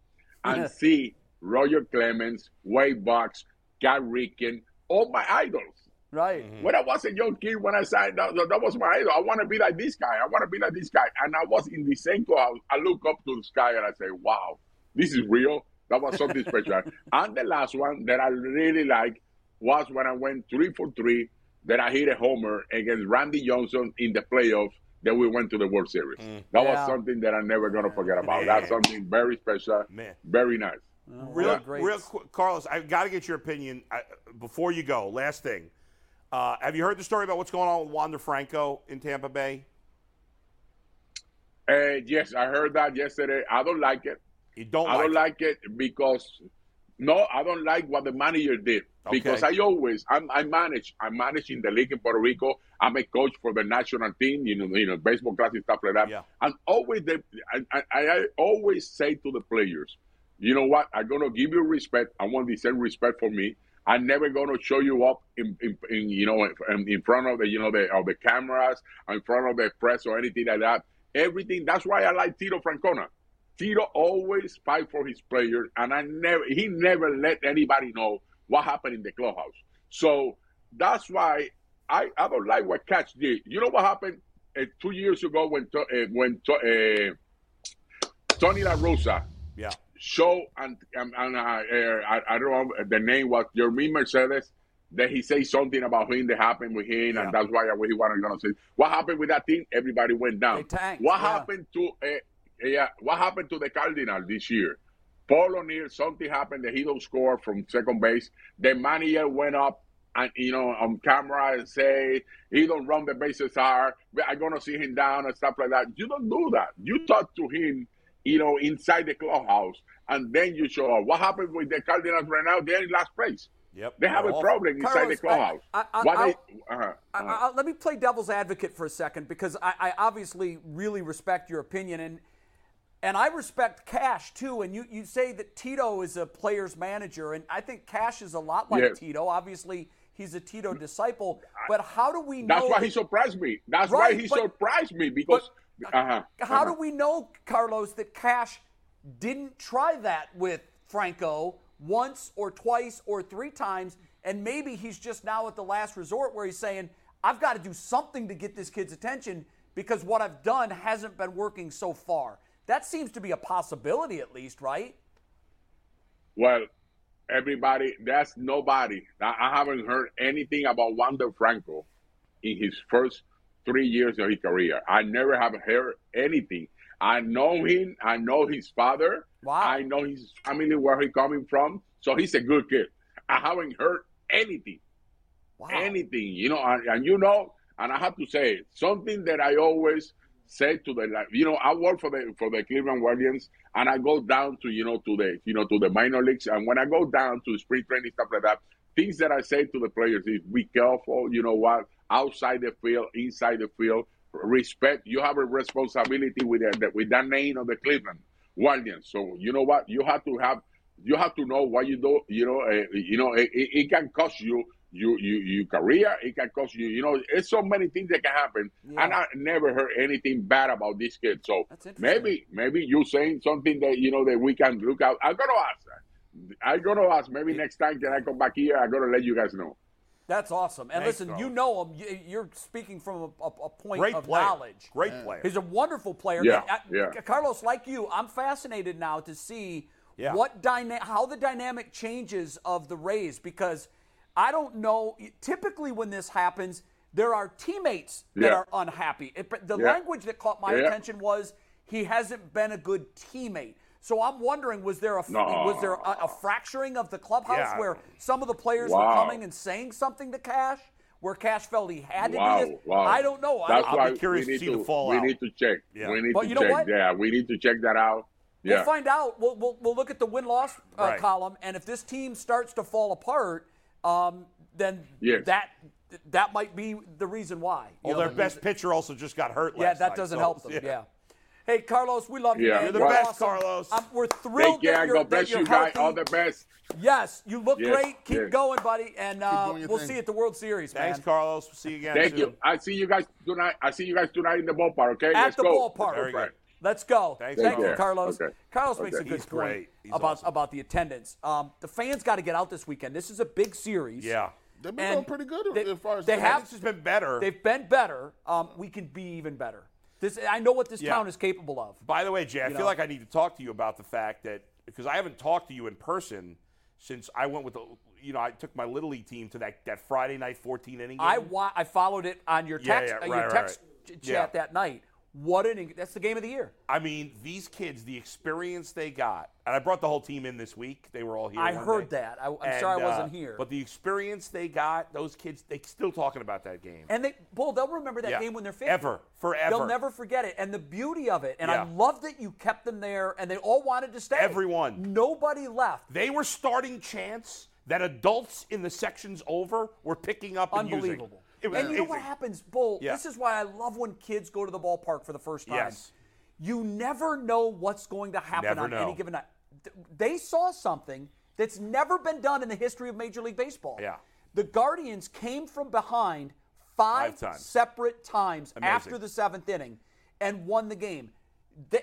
and see Roger Clemens, Wade Box, Gary Rickin, all my idols.
Right.
When I was a young kid, when I signed up, that, that was my idol. I want to be like this guy. I want to be like this guy. And I was in the same club. I look up to the sky and I say, wow, this is real. That was something special. And the last one that I really like was when I went three for three, that I hit a homer against Randy Johnson in the playoffs. That we went to the World Series. That
Yeah.
was something that I'm never gonna forget about. That's something very special,
Man.
very nice.
real,
Oh, what a great-
real quick, Carlos, I got to get your opinion I, before you go. Last thing, uh, have you heard the story about what's going on with Wander Franco in Tampa Bay?
Uh, yes, I heard that yesterday. I don't like it.
You don't.
I
like
don't
it.
like it because no, I don't like what the manager did
Okay.
because I always I'm, I manage I manage in the league in Puerto Rico. I'm a coach for the national team, you know, you know, baseball class and stuff like that.
Yeah.
And always the I, I, I always say to the players, you know what? I'm gonna give you respect. I want the same respect for me. I'm never gonna show you up in, in, in you know in, in front of the you know the of the cameras, in front of the press or anything like that. Everything. That's why I like Tito Francona. Tito always fight for his players, and I never he never let anybody know what happened in the clubhouse. So that's why I, I don't like what Catch did. You know what happened uh, two years ago when to, uh, when to, uh, Tony La Rosa
Yeah.
show and and, and uh, uh, I, I don't know the name was Jermaine Mercedes that he say something about him that happened with him
Yeah.
and that's why he wasn't gonna say what happened with that team everybody went down
They tanked,
what
yeah.
happened to uh, yeah what happened to the Cardinal this year Paul O'Neill something happened that he don't score from second base the manager went up and you know on camera and say he don't run the bases hard but I'm gonna see him down and stuff like that you don't do that you talk to him you know, inside the clubhouse, and then you show up. What happened with the Cardinals right now? They're in last place.
Yep.
They have a
Well,
problem inside the
Carlos, I-
clubhouse.
I- I-
What
I-
they- uh-huh.
I, I, let me play devil's advocate for a second because I, I obviously really respect your opinion and and I respect Cash too. And you, you say that Tito is a player's manager, and I think Cash is a lot like
Yes.
Tito. Obviously, he's a Tito disciple. But how do we know?
That's why
that-
he surprised me. That's
Right,
why he
but-
surprised me because. uh-huh.
How
uh-huh.
do we know, Carlos, that Cash didn't try that with Franco once or twice or three times? And maybe he's just now at the last resort where he's saying, I've got to do something to get this kid's attention because what I've done hasn't been working so far. That seems to be a possibility, at least, right?
Well, everybody, that's nobody. I, I haven't heard anything about Wander Franco in his first three years of his career. I never have heard anything. I know him. I know his father.
Wow.
I know his family, where he coming from. So he's a good kid. I haven't heard anything
Wow.
anything, you know, and, and you know, and I have to say it, something that I always say to the like, you know, I work for the for the Cleveland Guardians, and I go down to you know to the you know to the minor leagues, and when I go down to spring training stuff like that, things that I say to the players is be careful, you know what, outside the field, inside the field, respect. You have a responsibility with that with that name of the Cleveland Guardians, so you know what, you have to have you have to know what you do. You know, uh, you know, it, it it can cost you you you your career. It can cost you. You know, it's so many things that can happen. And I never heard anything bad about this kid. So
That's interesting.
maybe maybe you saying something that you know that we can look out. I'm gonna ask. I'm gonna ask. Maybe next time that I come back here, I'm gonna let you guys know.
That's awesome. And
Thanks,
listen,
Carl.
you know him. You- You're speaking from a, a, a point
Great
of
player.
knowledge.
Great player.
He's a wonderful player.
Yeah,
And I-
yeah.
C- Carlos, like you, I'm fascinated now to see
Yeah.
what dyna- how the dynamic changes of the Rays because I don't know. Typically, when this happens, there are teammates that
Yeah.
are unhappy. It, but the
Yeah.
language that caught my
Yeah.
attention was he hasn't been a good teammate. So I'm wondering, was there a f-
No.
was there a, a fracturing of the clubhouse
Yeah.
where some of the players were
Wow.
coming and saying something to Cash, where Cash felt he had to
Wow,
do this?
wow.
I don't know. I-
That's
I-
why
be curious
we
to
need
see the fallout.
We need to check.
Yeah.
We need
But
to
you know
check.
what?
Yeah, we need to check that out. Yeah.
We'll find out. We'll, we'll, we'll look at the win loss uh,
Right.
column, and if this team starts to fall apart, um, then
Yes.
that that might be the reason why.
Oh,
You know,
their
the
best pitcher also just got hurt last
Yeah, that
night,
doesn't
so-
help them. Yeah. Hey, Carlos, we love you.
Yeah.
man.
You're the
best,
awesome.
Carlos.
I'm- we're thrilled
Take
that
care.
you're,
God
that
bless
you're
you guys.
healthy.
All the best.
Yes, you look
Yes,
great. Keep
yes.
going, buddy, and uh,
doing your
we'll
thing.
see you at the World Series, man.
Thanks, Carlos. We'll see you again.
Thank
soon.
you. I see you guys tonight. I see you guys tonight in the ballpark. Okay.
At
Let's
the
go.
ballpark.
Very good.
Let's go.
Thanks,
Thank you,
Carlos.
Carlos.
Okay.
Carlos makes a
Okay.
good
He's
point
great. He's
about
awesome.
about the attendance. Um, the fans got to get out this weekend. This is a big series.
Yeah.
They've been
And
doing pretty good
they-
as far as
they
the-
have-
This has been better.
They've been better. Um, we can be even better. This I know what this
Yeah.
town is capable of.
By the way, Jay, I feel
know?
like I need to talk to you about the fact that because I haven't talked to you in person since I went with the, you know, I took my little league team to that, that Friday night 14 inning. Game.
I wa- I followed it on your
Yeah,
text
yeah,
uh,
right,
your
right,
text
right.
ch- chat
Yeah.
that night. What an that's the game of the year.
I mean, these kids, the experience they got, and I brought the whole team in this week. They were all here.
I
one
heard
day.
that. I, I'm
And,
sorry I
uh,
wasn't here.
But the experience they got, those kids, they still talking about that game.
And they, Bull, they'll remember that
Yeah.
game when they're 50.
Ever. Forever.
They'll never forget it. And the beauty of it, and I
Yeah.
love that you kept them there, and they all wanted to stay.
Everyone.
Nobody left.
They were starting chants that adults in the sections over were picking up and using.
Unbelievable.
It was
and you know what
amazing.
happens, Bull?
Yeah.
This is why I love when kids go to the ballpark for the first time.
Yes.
You never know what's going to happen
Never
on
know.
any given night. Th- They saw something that's never been done in the history of Major League Baseball.
Yeah.
The Guardians came from behind five,
Five times.
separate times
Amazing.
after the seventh inning and won the game. They,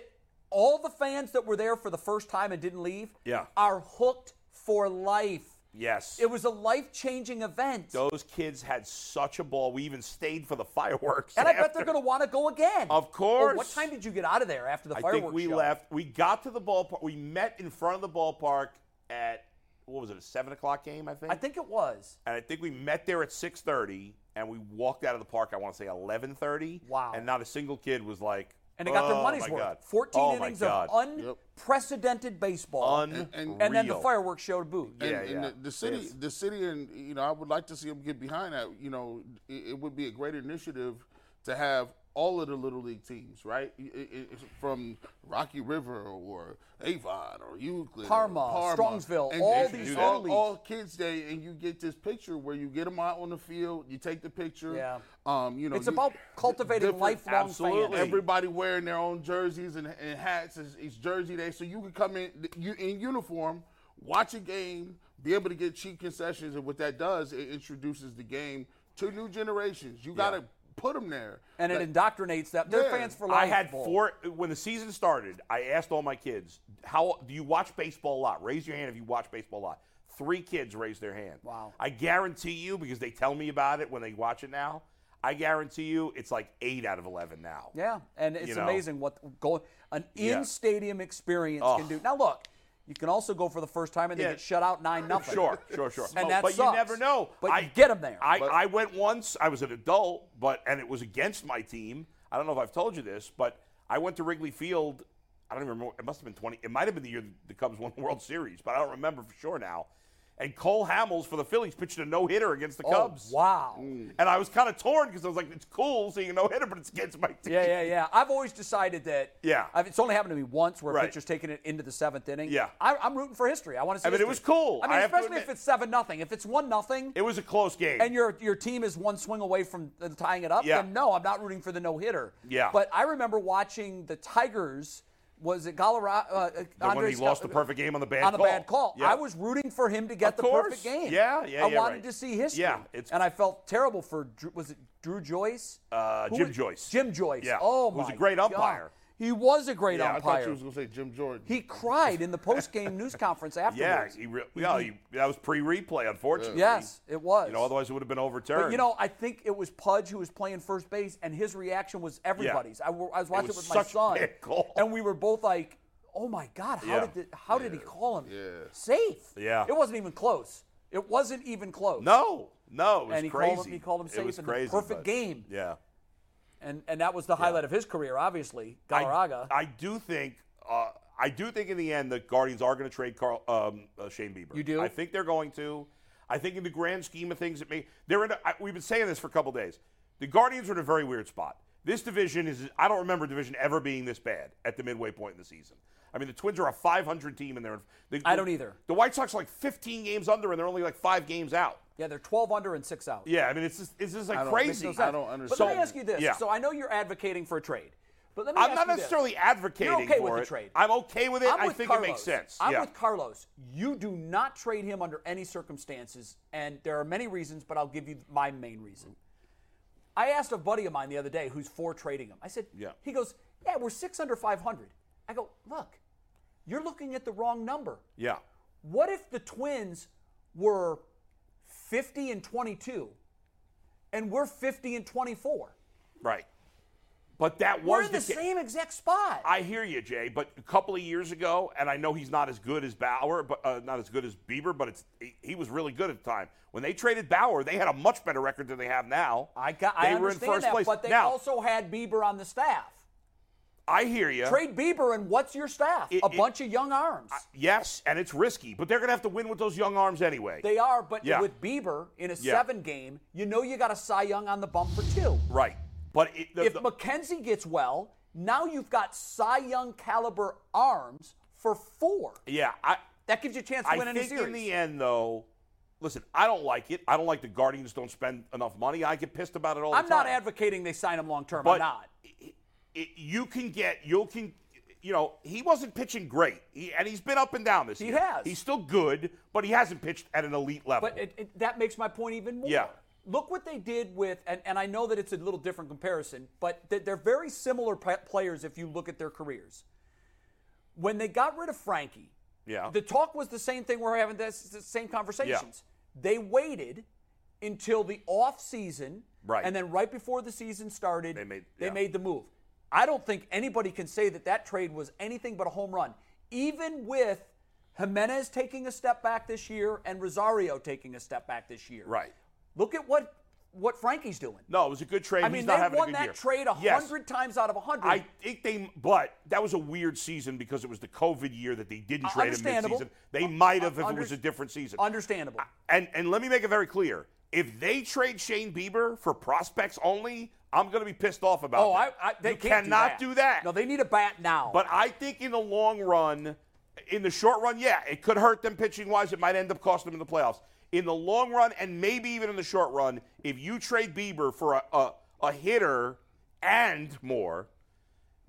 all the fans that were there for the first time and didn't leave
Yeah.
are hooked for life.
Yes.
It was a life changing event.
Those kids had such a ball. We even stayed for the fireworks.
And I bet
after.
they're going to want to go again.
Of
Well, what
course.
time did you get out of there after the
I
fireworks
think we
show?
left. We got to the ballpark. We met in front of the ballpark at what was it? A seven o'clock game, I think.
I think it was.
And I think we met there at six thirty, and we walked out of the park. I want to say eleven thirty.
Wow.
And not a single kid was like.
And they got their
"Oh,
money's
my
worth.
God.
14
oh,
innings
my God.
of unprecedented baseball.
Unreal.
and-
and then the fireworks show to boot.
And,
Yeah,
and
yeah.
The, the city,
Yes.
the city, and you know, I would like to see them get behind that. You know, it, it would be a great initiative to have all of the little league teams, right? I- I- I- from Rocky River or Avon or Euclid, or
Parma, Strongsville, all
you
these
do
little
all,
leagues.
all kids day, and you get this picture where you get them out on the field, you take the picture.
Yeah.
Um, you know,
It's
you-
about cultivating
different-
lifelong
Absolutely.
fans.
everybody wearing their own jerseys and, and hats. It's, it's jersey day, so you can come in you in uniform, watch a game, be able to get cheap concessions, and what that does, it introduces the game to new generations. You got to put them there.
And it
Like,
indoctrinates them. They're
Yeah.
fans for life.
I had
Bull.
four when the season started. I asked all my kids, "How do you watch baseball a lot? Raise your hand if you watch baseball a lot." Three kids raised their hand.
Wow.
I guarantee you because they tell me about it when they watch it now. I guarantee you it's like 8 out of 11 now.
Yeah, and it's
know.
amazing what go, an
Yeah.
in-stadium experience can
Oh.
do. Now look, you can also go for the first time and
Yeah.
they get shut out nine nothing.
Sure, sure, sure.
And that
but you
sucks.
never know.
But
I
you get 'em there.
I, I went once. I was an adult, but and it was against my team. I don't know if I've told you this, but I went to Wrigley Field. I don't even remember. It must have been 20. It might have been the year the Cubs won the World Series, but I don't remember for sure now. And Cole Hamels for the Phillies pitched a no hitter against the
Oh,
Cubs.
wow.
And I was kind of torn because I was like, it's cool seeing a no hitter, but it's against my team.
Yeah, yeah, yeah. I've always decided that.
Yeah.
I've, it's only happened to me once where a
Right.
pitcher's taken it into the seventh inning.
Yeah.
I, I'm rooting for history. I want to see.
I mean, it
history.
was cool.
I mean,
I have to
especially if
admit.
it's seven nothing. If it's one nothing,
It was a close game.
and your your team is one swing away from uh, tying it up,
Yeah.
then no, I'm not rooting for the no hitter.
Yeah.
But I remember watching the Tigers was it Colorado? Uh, uh,
The one
Andre
when he lost the
Scal-
perfect game on the bad
on a
call.
bad call.
Yeah.
I was rooting for him to get
Of
the
course.
perfect game.
Yeah, yeah,
I
yeah,
wanted
right.
to see history.
Yeah, it's-
and I felt terrible for Drew- was it Drew Joyce?
Uh,
Who
Jim
was-
Joyce.
Jim Joyce.
Yeah,
Oh my.
who's a great
God.
umpire.
He was a great
Yeah, I
I thought
umpire.
you was gonna say Jim Jordan.
he cried in
<laughs>
the post-game news conference
Yeah,
afterwards.
he re- yeah, he, that was pre-replay, unfortunately.
yes, it was.
You know, otherwise it would have been overturned.
But you know, I think it was Pudge who was playing first base, and his reaction was everybody's. I, w- I was watching it,
was
with my
such a
son,
bad call.
and we were both like, "Oh my God, how
Yeah.
did the, how did he call him
Yeah.
safe?
Yeah.
it wasn't even close. It wasn't even close.
no, no, it was
and he
crazy.
called him. He called him
It
safe
was
in
crazy,
the perfect
but-
game,
Yeah.
and and that was the highlight of his career, obviously. Galarraga.
I, I do think. Uh, I do think in the end the Guardians are going to trade Carl, um, uh, Shane Bieber.
You do?
I think they're going to. I think in the grand scheme of things, it may. They're in. A, I, we've been saying this for a couple days. The Guardians are in a very weird spot. This division is. I don't remember a division ever being this bad at the midway point in the season. I mean, the Twins are a 500 team, and they're. The,
I don't either.
The White Sox are like 15 games under, and they're only like five games out.
yeah, they're 12 under and six out.
Yeah, I mean, it's just, it's just like
don't- makes
crazy.
no sense. I don't
But
understand.
let me ask you this.
Yeah.
So I know you're advocating for a trade, but let me.
I'm
ask
not
you this.
necessarily advocating
You're okay
for
with
it.
the trade.
I'm okay with it.
I'm
I
with
think
Carlos.
it makes sense.
I'm
yeah.
with Carlos. You do not trade him under any circumstances, and there are many reasons, but I'll give you my main reason. I asked a buddy of mine the other day who's for trading him. I said,
Yeah.
He goes, yeah, we're six under 500. I go, look, you're looking at the wrong number.
Yeah.
What if the Twins were 50 and 22, and we're 50 and 24?
Right. But that
We're
was
in the
ca-
same exact spot.
I hear you, Jay. But a couple of years ago, and I know he's not as good as Bauer, but uh, not as good as Bieber, but it's he, he was really good at the time. When they traded Bauer, they had a much better record than they have now.
I got.
They
I
were in
understand
first
that,
place.
but they
Now-
also had Bieber on the staff.
I hear you.
Trade Bieber, and what's your staff?
It-
a
it-
bunch of young arms.
Yes, and it's risky, but they're going to have to win with those young arms anyway.
they are, but
Yeah.
with Bieber in a
Yeah.
seven game, you know you got a Cy Young on the bump for two.
right. But it, the,
If
the-
McKenzie gets well, now you've got Cy Young caliber arms for four.
yeah, I
That gives you a chance to
I
win any
think
series.
in the end though, listen, I don't like it. I don't like the Guardians don't spend enough money. I get pissed about it all
I'm
the time.
not advocating they sign him long term.
But
I'm not.
it, you can get you can you know he wasn't pitching great he, and he's been up and down this
He
year
has.
he's still good but he hasn't pitched at an elite level
But it, it, that makes my point even more.
Yeah.
Look what they did with, and, and I know that it's a little different comparison, but th- they're very similar pa- players if you look at their careers. When they got rid of Frankie,
yeah
the talk was the same thing we're having, this, the same conversations. They waited until the off season,
Right.
and then right before the season started,
They made-
they
yeah.
made the move. I don't think anybody can say that that trade was anything but a home run, even with Jimenez taking a step back this year and Rosario taking a step back this year.
right
Look at what what Frankie's doing.
no it was a good trade
I
he's
mean,
not
they
having
won
a good
that
year.
trade a hundred
Yes.
times out of a hundred.
I think they, but that was a weird season because it was the COVID year that they didn't
Uh,
trade him
understandable. Uh,
mid-season. They might have if
Under-
it was a different season.
Understandable.
And and let me make it very clear: if they trade Shane Bieber for prospects only, I'm going to be pissed off about.
oh, I,
that.
I they
you
can't
cannot
do that.
that.
No, they need a bat now.
But I think in the long run, in the short run, yeah, it could hurt them pitching wise. It might end up costing them in the playoffs. In the long run, and maybe even in the short run, if you trade Bieber for a, a, a hitter and more,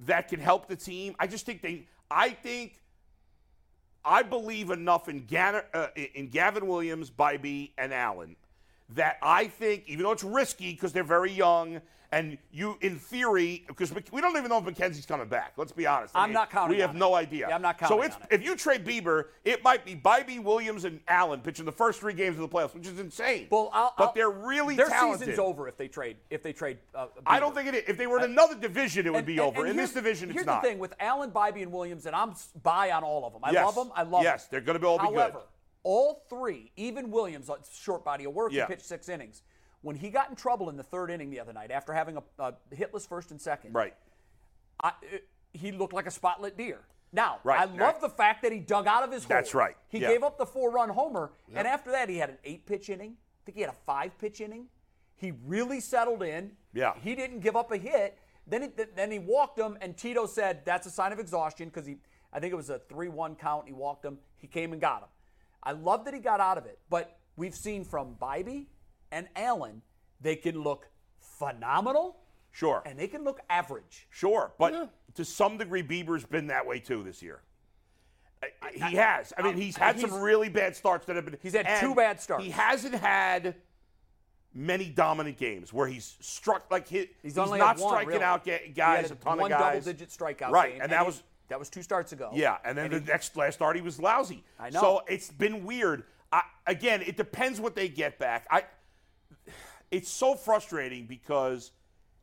that can help the team. I just think they. I think. I believe enough in, Ganner, uh, in Gavin Williams, Bybee, and Allen that I think, even though it's risky because they're very young, and you, in theory, because we don't even know if McKenzie's coming back. Let's be honest. I
I'm not counting
We have
on it.
no idea.
Yeah, I'm not
So
counting
it's
on it.
if you trade Bieber, it might be Bybee, Williams, and Allen pitching the first three games of the playoffs, which is insane.
Well, I'll,
but
I'll-
they're really
their
talented.
season's over if they trade. If they trade, uh,
I don't
Bieber.
think it is. If they were in another division, it would
And-
be
and-
over.
and
in this
here's-
division, it's
here's
not.
the thing with Allen, Bybee, and Williams, and I'm s- buy on all of them. I
Yes.
love them. I love
Yes,
them.
they're gonna be- all be good.
However, all three, even Williams, a short body of work,
Yeah.
he pitched six innings. When he got in trouble in the third inning the other night after having a, a hitless first and second,
Right.
I, it, he looked like a spotlit deer. Now,
Right.
I love the fact that he dug out of his hole.
That's right.
He
Yeah.
gave up the four-run homer, and after that, he had an eight-pitch inning. I think he had a five-pitch inning. He really settled in.
Yeah.
He didn't give up a hit. Then he, th- then he walked him, and Tito said that's a sign of exhaustion because he, I think it was a three-one count. He walked him. He came and got him. I love that he got out of it, but we've seen from Bybee and Allen, they can look phenomenal
Sure.
and they can look average.
Sure, but to some degree, Bieber's been that way too this year. Uh, He has. I mean, he's had some
he's-
really bad starts that have been.
He's had
and
two bad starts.
He hasn't had many dominant games where he's struck like he, he's,
only
not
had one,
striking
really.
out ga- guys
he had
a ton
one
of guys.
double-digit strikeout
Right,
game,
and that
he-
was-
that was two starts ago.
Yeah, and then the next last start he was lousy.
I know.
So it's been weird. I, again, it depends what they get back. I. It's so frustrating because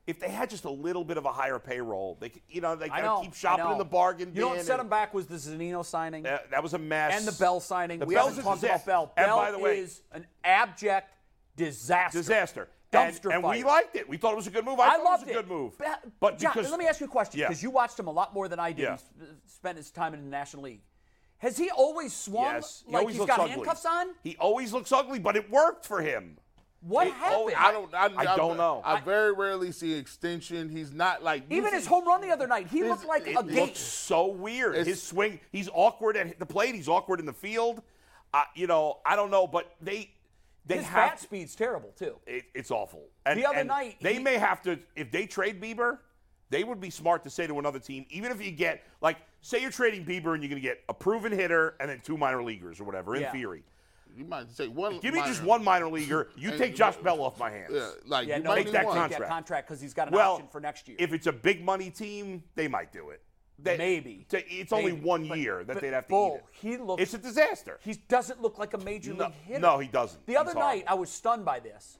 if they had just a little bit of a higher payroll, they could, you know they gotta
I know.
keep shopping
I know.
in the bargain.
You know what
bin
set
and-
him back was the Zanino signing
That, that was a mess.
and the Bell signing.
The
we
Bell's
haven't
a
talked
disaster.
about Bell.
And
Bell
by the way-
is an abject disaster.
disaster. And,
Dumpster
and we
fire.
liked it. We thought it was a good move. I,
I
thought
loved
it was a good move.
But,
but
John,
because
let me ask you a question
Yeah.
because you watched him a lot more than I did.
Yeah.
He s- spent his time in the National League. Has he always swung
yes, he
like
always
he's
looks
got
ugly.
handcuffs on?
He always looks ugly, but it worked for him.
What
He
happened?
always-
I don't. I,
I don't know.
I very rarely see extension. He's not like you
Even
see-
his home run the other night, he
It's-
looked like
it
a
looks
gate.
So weird.
It's-
His swing. He's awkward at the plate. He's awkward in the field. Uh, you know, I don't know, but they they
His
have
bat speed's terrible too.
it, it's awful. And,
The other
and
night,
they
he-
may have to if they trade Bieber, they would be smart to say to another team, even if you get like say you're trading Bieber and you're going to get a proven hitter and then two minor leaguers or whatever. In
Yeah.
theory,
You might take one.
give me
minor.
just one minor
<laughs>
leaguer. You
And-
take Josh Bell off my hands.
Yeah, like
Yeah,
you
no,
might
take
need
that
one.
contract.
that contract because he's got an
well,
option for next year.
If it's a big money team, they might do it. They-
Maybe.
t- It's only
Maybe.
one
But-
year that
but
they'd have to
Bull,
eat it.
he looks-
it's a disaster.
he doesn't look like a major
No-
league hitter.
no, he doesn't.
The other
He's
night,
horrible.
I was stunned by this.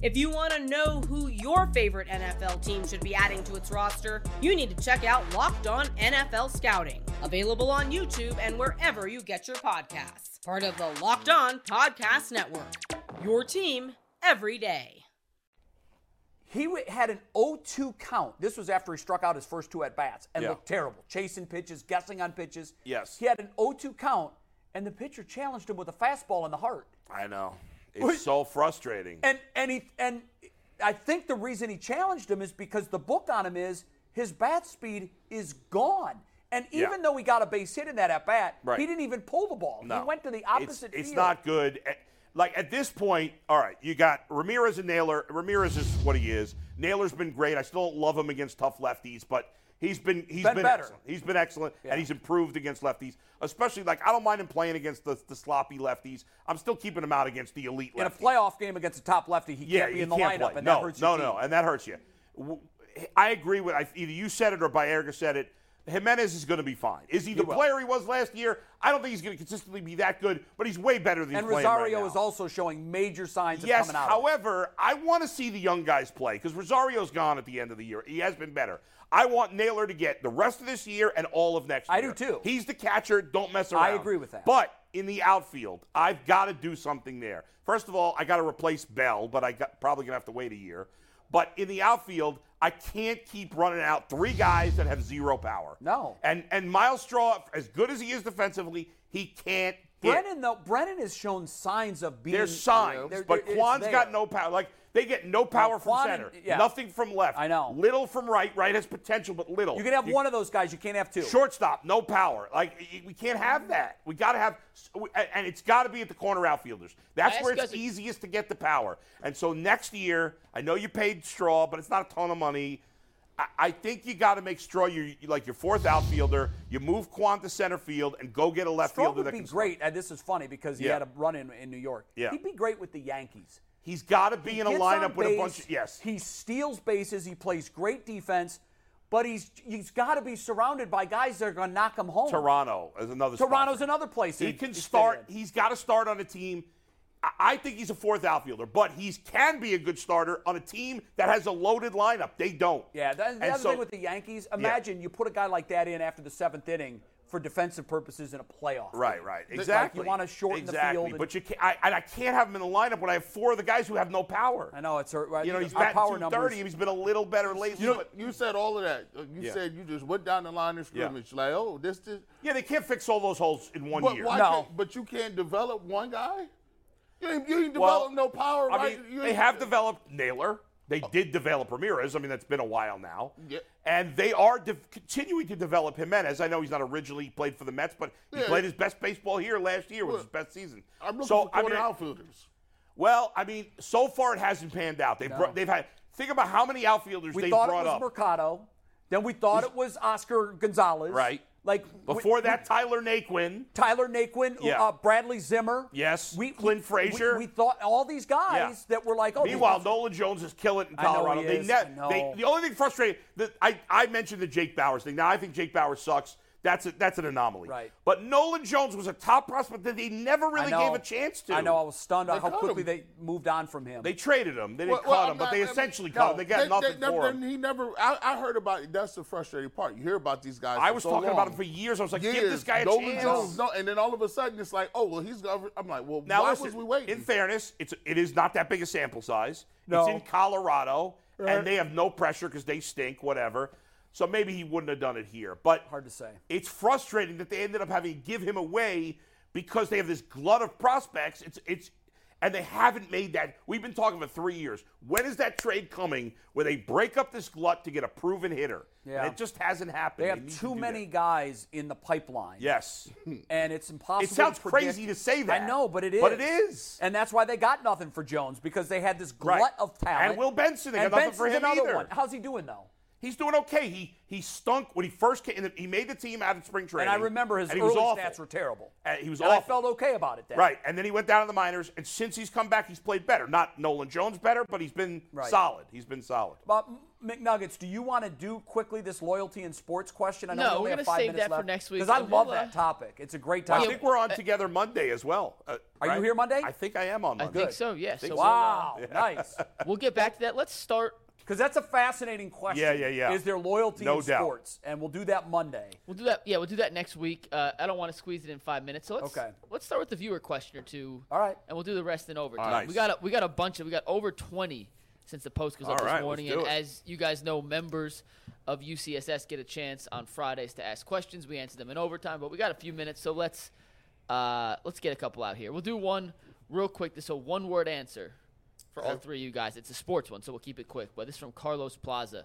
If you want to know who your favorite NFL team should be adding to its roster, you need to check out Locked On NFL Scouting, available on YouTube and wherever you get your podcasts. Part of the Locked On Podcast Network. Your team every day.
He w- had an 0-2 count. This was after he struck out his first two at bats and
Yeah.
looked terrible, chasing pitches, guessing on pitches.
Yes.
he had an 0-2 count, and the pitcher challenged him with a fastball in the heart.
I know. It's so frustrating.
And and he and I think the reason he challenged him is because the book on him is his bat speed is gone. And
Yeah.
even though he got a base hit in that at bat,
Right.
he didn't even pull the ball.
No.
He went to the
It's-
opposite
It's,
field.
not good. At- Like at this point, all right, you got Ramirez and Naylor. Ramirez is what he is. Naylor's been great. I still don't love him against tough lefties, but he's been he's been,
Been better.
excellent. He's been excellent, and he's improved against lefties. Especially like I don't mind him playing against the, the sloppy lefties. I'm still keeping him out against the elite
in a
lefties.
playoff game against a top lefty. He
yeah,
can't be
you
in the
can't
lineup,
play.
and
no,
that hurts
no,
your
no,
team.
and that hurts you. W- I agree with I, either you said it or Bayerga said it. Jimenez is going to be fine. Is he, the
will.
player he was last year? I don't think he's going to consistently be that good, but he's way better than
And
he's playing right
Rosario
now.
is also showing major signs
Yes,
of coming out.
however, I want to see the young guys play because Rosario's gone at the end of the year. He has been better. I want Naylor to get the rest of this year and all of next year.
I do too.
He's the catcher. Don't mess around.
I agree with that.
But in the outfield, I've got to do something there. First of all, I got to replace Bell, but I got, probably gonna have to wait a year. But in the outfield, I can't keep running out three guys that have zero power.
No.
And and Miles Straw, as good as he is defensively, he can't. hit.
Brennan though, Brennan has shown signs of being.
They're signs,
They're-
but
they're- it's
Quan's got
there.
no power. Like they get no power from
Quan
center,
and- yeah.
nothing from left.
I know.
Little from right. Right has potential, but little.
You can have one of those guys. You can't have two.
Shortstop, no power. Like y- we can't have that. We got to have, and it's got to be at the corner outfielders. That's
ask
where
you
it's
guys a-
easiest to get the power. And so next year, I know you paid Straw, but it's not a ton of money. I, I think you got to make Straw your like your fourth outfielder. You move Quan to center field and go get a left
Strong
fielder
would
that
be
can start.
great. And this is funny because he
Yeah.
had a run in in New York.
Yeah.
He'd be great with the Yankees.
He's got to be in a
Gets
lineup
on
with a
base,
bunch of yes.
He steals bases. He plays great defense, but he's he's got to be surrounded by guys that are going to knock him home.
Toronto is another.
Toronto's
sponsor.
another place.
He
he-
can
he's
start.
fitted in.
He's got to start on a team. I- I think he's a fourth outfielder, but he can be a good starter on a team that has a loaded lineup. They don't.
Yeah, that, the
And
other
so-
thing with the Yankees, imagine you put a guy like that in after the seventh inning for defensive purposes in a playoff.
Right, right, exactly.
Like you want to shorten
exactly.
the field. and-
but you can't. I, and I can't have him in the lineup when I have four of the guys who have no power.
I know it's hurt. Right?
You know, he's
our
batting
power
230.
numbers.
He's been a little better lately.
You, know,
but-
you said all of that. Uh, You
Yeah.
said you just went down the line of scrimmage. Like, oh, this, this.
yeah, they can't fix all those holes in one
But
year.
why
No.
can't, But you can't develop one guy. You ain't, you ain't
Well,
develop no power,
I
Oh, right?
mean,
You
they
ain't-
have developed Naylor. They did develop Ramirez. I mean, that's been a while now.
Yeah.
And they are de- continuing to develop Jimenez. I know he's not originally he played for the Mets, but he
Yeah.
played his best baseball here last year, which was his
Look,
best season.
I'm looking
so,
for
I
corner
mean,
outfielders.
Well, I mean, so far it hasn't panned out. They've, brought, they've had. Think about how many outfielders
We
they've
thought it
brought
was
up.
Mercado. Then we thought it was Oscar Gonzalez.
Right.
Like we-
Before
we-
that, Tyler Naquin.
Tyler Naquin,
Yeah.
uh, Bradley Zimmer.
Yes,
We,
Clint
we-
Frazier.
We, we thought all these guys that were like, oh, these
Meanwhile,
guys-
Nolan Jones is killing it in
I know
Colorado.
he
They,
is,
ne-
I know.
they the only thing frustrating that I, I mentioned the Jake Bowers thing. Now I think Jake Bowers sucks. That's a, that's an anomaly.
Right.
But Nolan Jones was a top prospect that they never
I
really
know.
gave a chance to.
I know. I was stunned at how
cut
quickly
him.
they moved on from him.
They traded him. They didn't
Well, well,
cut
I'm
him, but
not-
they
I'm-
essentially
no,
cut him. They got
they-
nothing
they-
for
they-
him.
He never. I, I heard about. it. That's the frustrating part. You hear about these guys.
I
for
was
so
talking
long.
about him for years. I was like,
years.
give this guy a
Nolan
chance.
Jones, no, and then all of a sudden it's like, oh well, he's. gonna- I'm like, well,
Now,
why
listen,
was we waiting?
in fairness, it's it is not that big a sample size.
No.
It's in Colorado,
Right.
and they have no pressure because they stink, whatever. So maybe he wouldn't have done it here. But
Hard to say.
It's frustrating that they ended up having to give him away because they have this glut of prospects. It's it's and they haven't made that. We've been talking for three years. When is that trade coming where they break up this glut to get a proven hitter?
Yeah.
And it just hasn't happened.
They have
need to
too
do
many
that.
guys in the pipeline. <laughs>
Yes.
And it's impossible.
It sounds
to predict.
crazy to say that.
I know, but it is.
But it is.
And that's why they got nothing for Jones because they had this glut
Right.
of talent.
And Will Benson, they
and
got nothing for
Benson's
him
another
either.
one. How's he doing though?
He's doing okay. He he stunk when he first came. in the- He made the team out of spring
And
training.
I remember his
and he
early
was awful.
stats were terrible.
And he was
and I
awful.
felt okay about it then.
Right, and then he went down to the minors, and since he's come back, he's played better. Not Nolan Jones better, but he's been
Right.
solid. He's been solid.
But McNuggets, do you want to do quickly this loyalty and sports question? I know
No,
we only
we're
have
gonna
five
save
minutes
that for
left.
next week,
Because I
and
love
we'll, uh,
that topic. It's a great
I
topic.
think we're on together Monday as well. Uh,
Are you
right?
here Monday?
I think I am on
I
Monday.
think so. Yeah. So uh,
wow,
<laughs>
nice.
We'll, uh, we'll get back to that. Let's start.
Because that's a fascinating question.
Yeah, yeah, yeah.
Is there loyalty
No
in
doubt.
sports? And we'll do that Monday.
We'll do that. Yeah, we'll do that next week. Uh, I don't want to squeeze it in five minutes. So let's
Okay.
let's start with the viewer question or two.
All right.
And we'll do the rest in overtime.
Nice.
We got a, we got a bunch of we got over twenty since the post goes
All
up
right,
this morning.
let's do
And
it.
as you guys know, members of UCSS get a chance on Fridays to ask questions. We answer them in overtime, but we got a few minutes, so let's uh, let's get a couple out here. We'll do one real quick. This a one word answer for all three of you guys. It's a sports one, so we'll keep it quick. But this is from Carlos Plaza.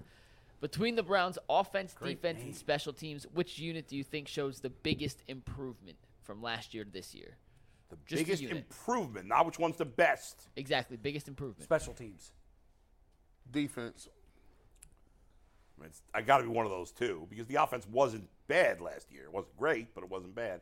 Between the Browns' offense, defense, and special teams, which unit do you think shows the biggest improvement from last year to this year? The
Biggest improvement, not which one's the best.
exactly, biggest improvement.
Special teams.
Defense.
I, mean, it's, I got to be one of those two because the offense wasn't bad last year. It wasn't great, but it wasn't bad.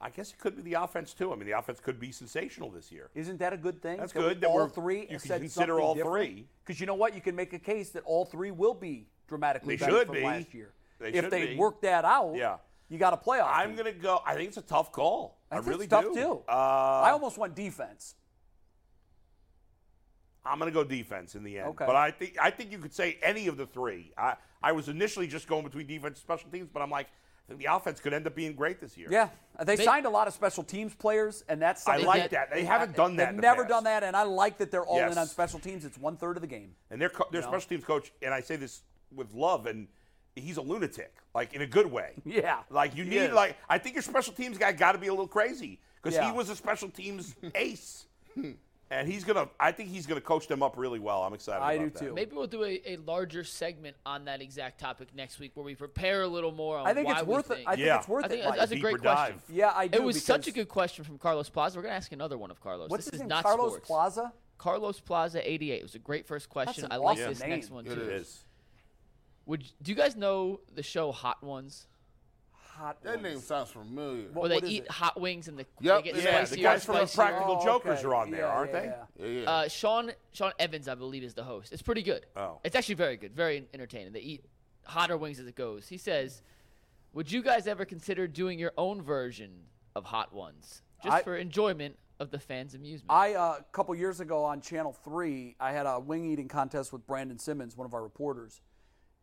I guess it could be the offense too. I mean, the offense could be sensational this year.
Isn't that a good thing?
That's
that
good
we-
that
all
we're-
three.
you can consider all three.
Because you know what, you can make a case that all three will be dramatically
They
better
should
from
be.
last year.
They
if
should
they
be.
work that out,
Yeah.
you got a playoff.
I'm
team.
gonna go. I think it's a tough call.
I
I,
think
really
it's tough
do.
too.
Uh,
I almost went defense.
I'm going to go defense in the end.
Okay.
But I think I think you could say any of the three. I I was initially just going between defense and special teams, but I'm like, I think the offense could end up being great this year.
Yeah, they,
They-
signed a lot of special teams players, and that's
I
something
like that. They haven't done that.
They've
in the
never
past.
done that, and I like that they're all
Yes.
in on special teams. It's one third of the game.
And their co- their special teams coach, and I say this with love, and he's a lunatic, like in a good way.
<laughs> Yeah,
Like you
he
need,
is.
like I think your special teams guy got to be a little crazy because
Yeah.
he was a special
<laughs>
teams ace, and he's gonna. I think he's gonna coach them up really well. I'm excited.
I do
about that.
too.
Maybe we'll do a, a larger segment on that exact topic next week, where we prepare a little more on
I think
why
it's
we
worth it.
think.
I think
Yeah.
it's worth
I think
it.
that's,
Mike.
that's a
Deeper
great
dive.
question.
yeah, I do.
It was such a
because-
good question from Carlos Plaza. We're going to ask another one of Carlos.
What's
this is
his name?
not
Carlos
sports.
Plaza.
Carlos Plaza 88. It was a great first question.
an
I like
awesome
this next
name.
one
It
too.
It is.
Would do you guys know the show Hot Ones?
Hot.
That
ones.
name sounds familiar.
What-
Where they
is
eat
it?
hot wings and the
Yep,
they get
yeah, the
The
spicier and
guys from
spicier.
Practical
Oh,
Jokers
okay.
are on there,
Yeah,
aren't
yeah,
they?
yeah.
Yeah, yeah.
Uh, Sean Sean Evans, I believe, is the host. It's pretty good.
Oh.
It's actually very good, very entertaining. They eat hotter wings as it goes. He says, "Would you guys ever consider doing your own version of Hot Ones, just
I-
for enjoyment of the fans' amusement?"
I uh, a couple years ago on Channel Three, I had a wing eating contest with Brandon Simmons, one of our reporters,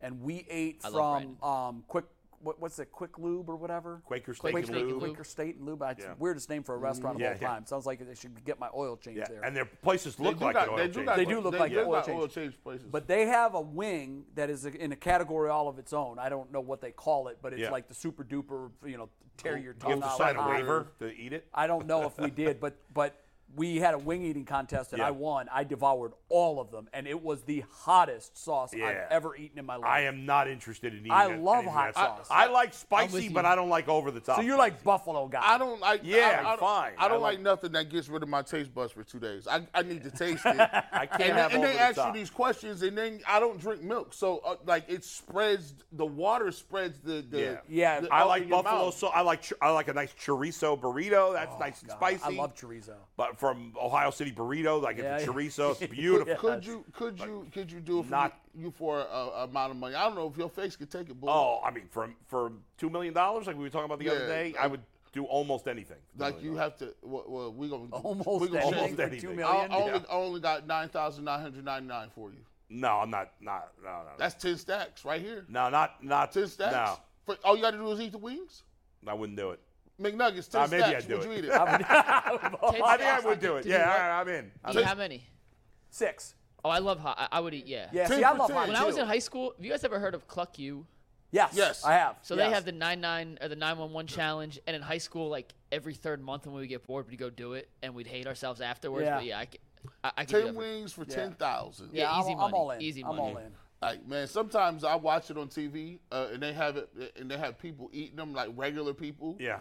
and we ate
I love
from um, quick what, what's it, Quick Lube or whatever?
Quaker steak
Quaker
and
steak and
lube.
lube.
Quaker State and Lube. It's
Yeah.
the weirdest name for a restaurant
Yeah,
of all
yeah.
time. Sounds like they should get my oil change
Yeah,
there.
and their places
They
look
do
like
got-
an oil
they do
change.
got-
They do look like
they
oil
got
change.
oil change places.
But they have a wing that is in a category all of its own. I don't know what they call it, but it's
Yeah.
like the super duper, you know, tear your
you
tongue
have to
out.
sign a
hot.
waiver to eat it.
I don't know if we did, but but we had a wing eating contest and
Yeah.
I won. I devoured all of them, and it was the hottest sauce
Yeah.
I've ever eaten in my life.
I am not interested in eating.
I
that-
love
eating that
hot
stuff.
sauce.
I, like
with
spicy,
you.
but I don't like over the top.
so you're like Buffalo guy.
I don't like.
Yeah,
I, I don't-
fine.
I don't
I
like,
like-
nothing that gets rid of my taste buds for two days. I, I need to taste it. <laughs> I
can't
And,
have
and
over
they
the
ask
top.
you these questions, and then I don't drink milk, so uh, like it spreads. The water spreads the. the
Yeah.
Yeah,
the-
I
all
like
in your
buffalo.
mouth.
So I like ch- I like a nice chorizo burrito. That's nice and spicy.
Oh, I love chorizo.
But from Ohio City burrito, like
<laughs> Yeah.
it's a chorizo, it's beautiful.
Could you could you could you do it for
Not-
you, you for a, a amount of money? I don't know if your face could take it, boy.
Oh, I mean, from for two million dollars, like we were talking about the other
Yeah,
day,
I-
I would do almost anything. for $2 million
like you have to. Well, well we gonna
Almost
we gonna
anything
almost
for
anything.
two
I,
million.
I only, I only got nine thousand nine hundred ninety nine for you.
No, I'm not. Not no no. no.
That's ten stacks right here.
no, not not
Ten stacks. For, all you got to do is eat the wings.
No, I wouldn't do it.
McNuggets, ten
Ah, maybe
stacks.
I'd do
Would
it.
you eat it?
Ten
I think I
stacks,
would do it.
could
Yeah,
what?
all right, I'm in. I'm
Eat
in.
how many?
<laughs> Six.
Oh, I love hot. I, I would eat. Yeah.
Yeah,
Ten
see, I
for
love
ten.
hot
When I was
too.
in high school, have you guys ever heard of Cluck You?
Yes,
Yes.
I have.
So they
Yes.
have the 99 or the 911 challenge, and in high school, like every third month when we would get bored, we'd go do it, and we'd hate ourselves afterwards.
Yeah.
But yeah, I, c- I, I could do
ten
that for-
wings for ten thousand.
Yeah,
I'm,
easy
I'm
money.
all in.
Easy
I'm
money.
all in.
Like man, sometimes I watch it on TV uh, and they have it and they have people eating them like regular people.
Yeah.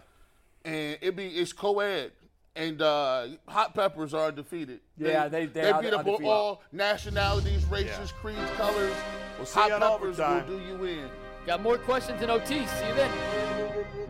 and it be it's co-ed. And uh, hot peppers are undefeated.
Yeah, they- they are
beat up on
undefeated.
all nationalities, races, creeds, colors.
We'll see
hot
you in
peppers will
overtime.
do you in.
Got more questions in OT. See you then.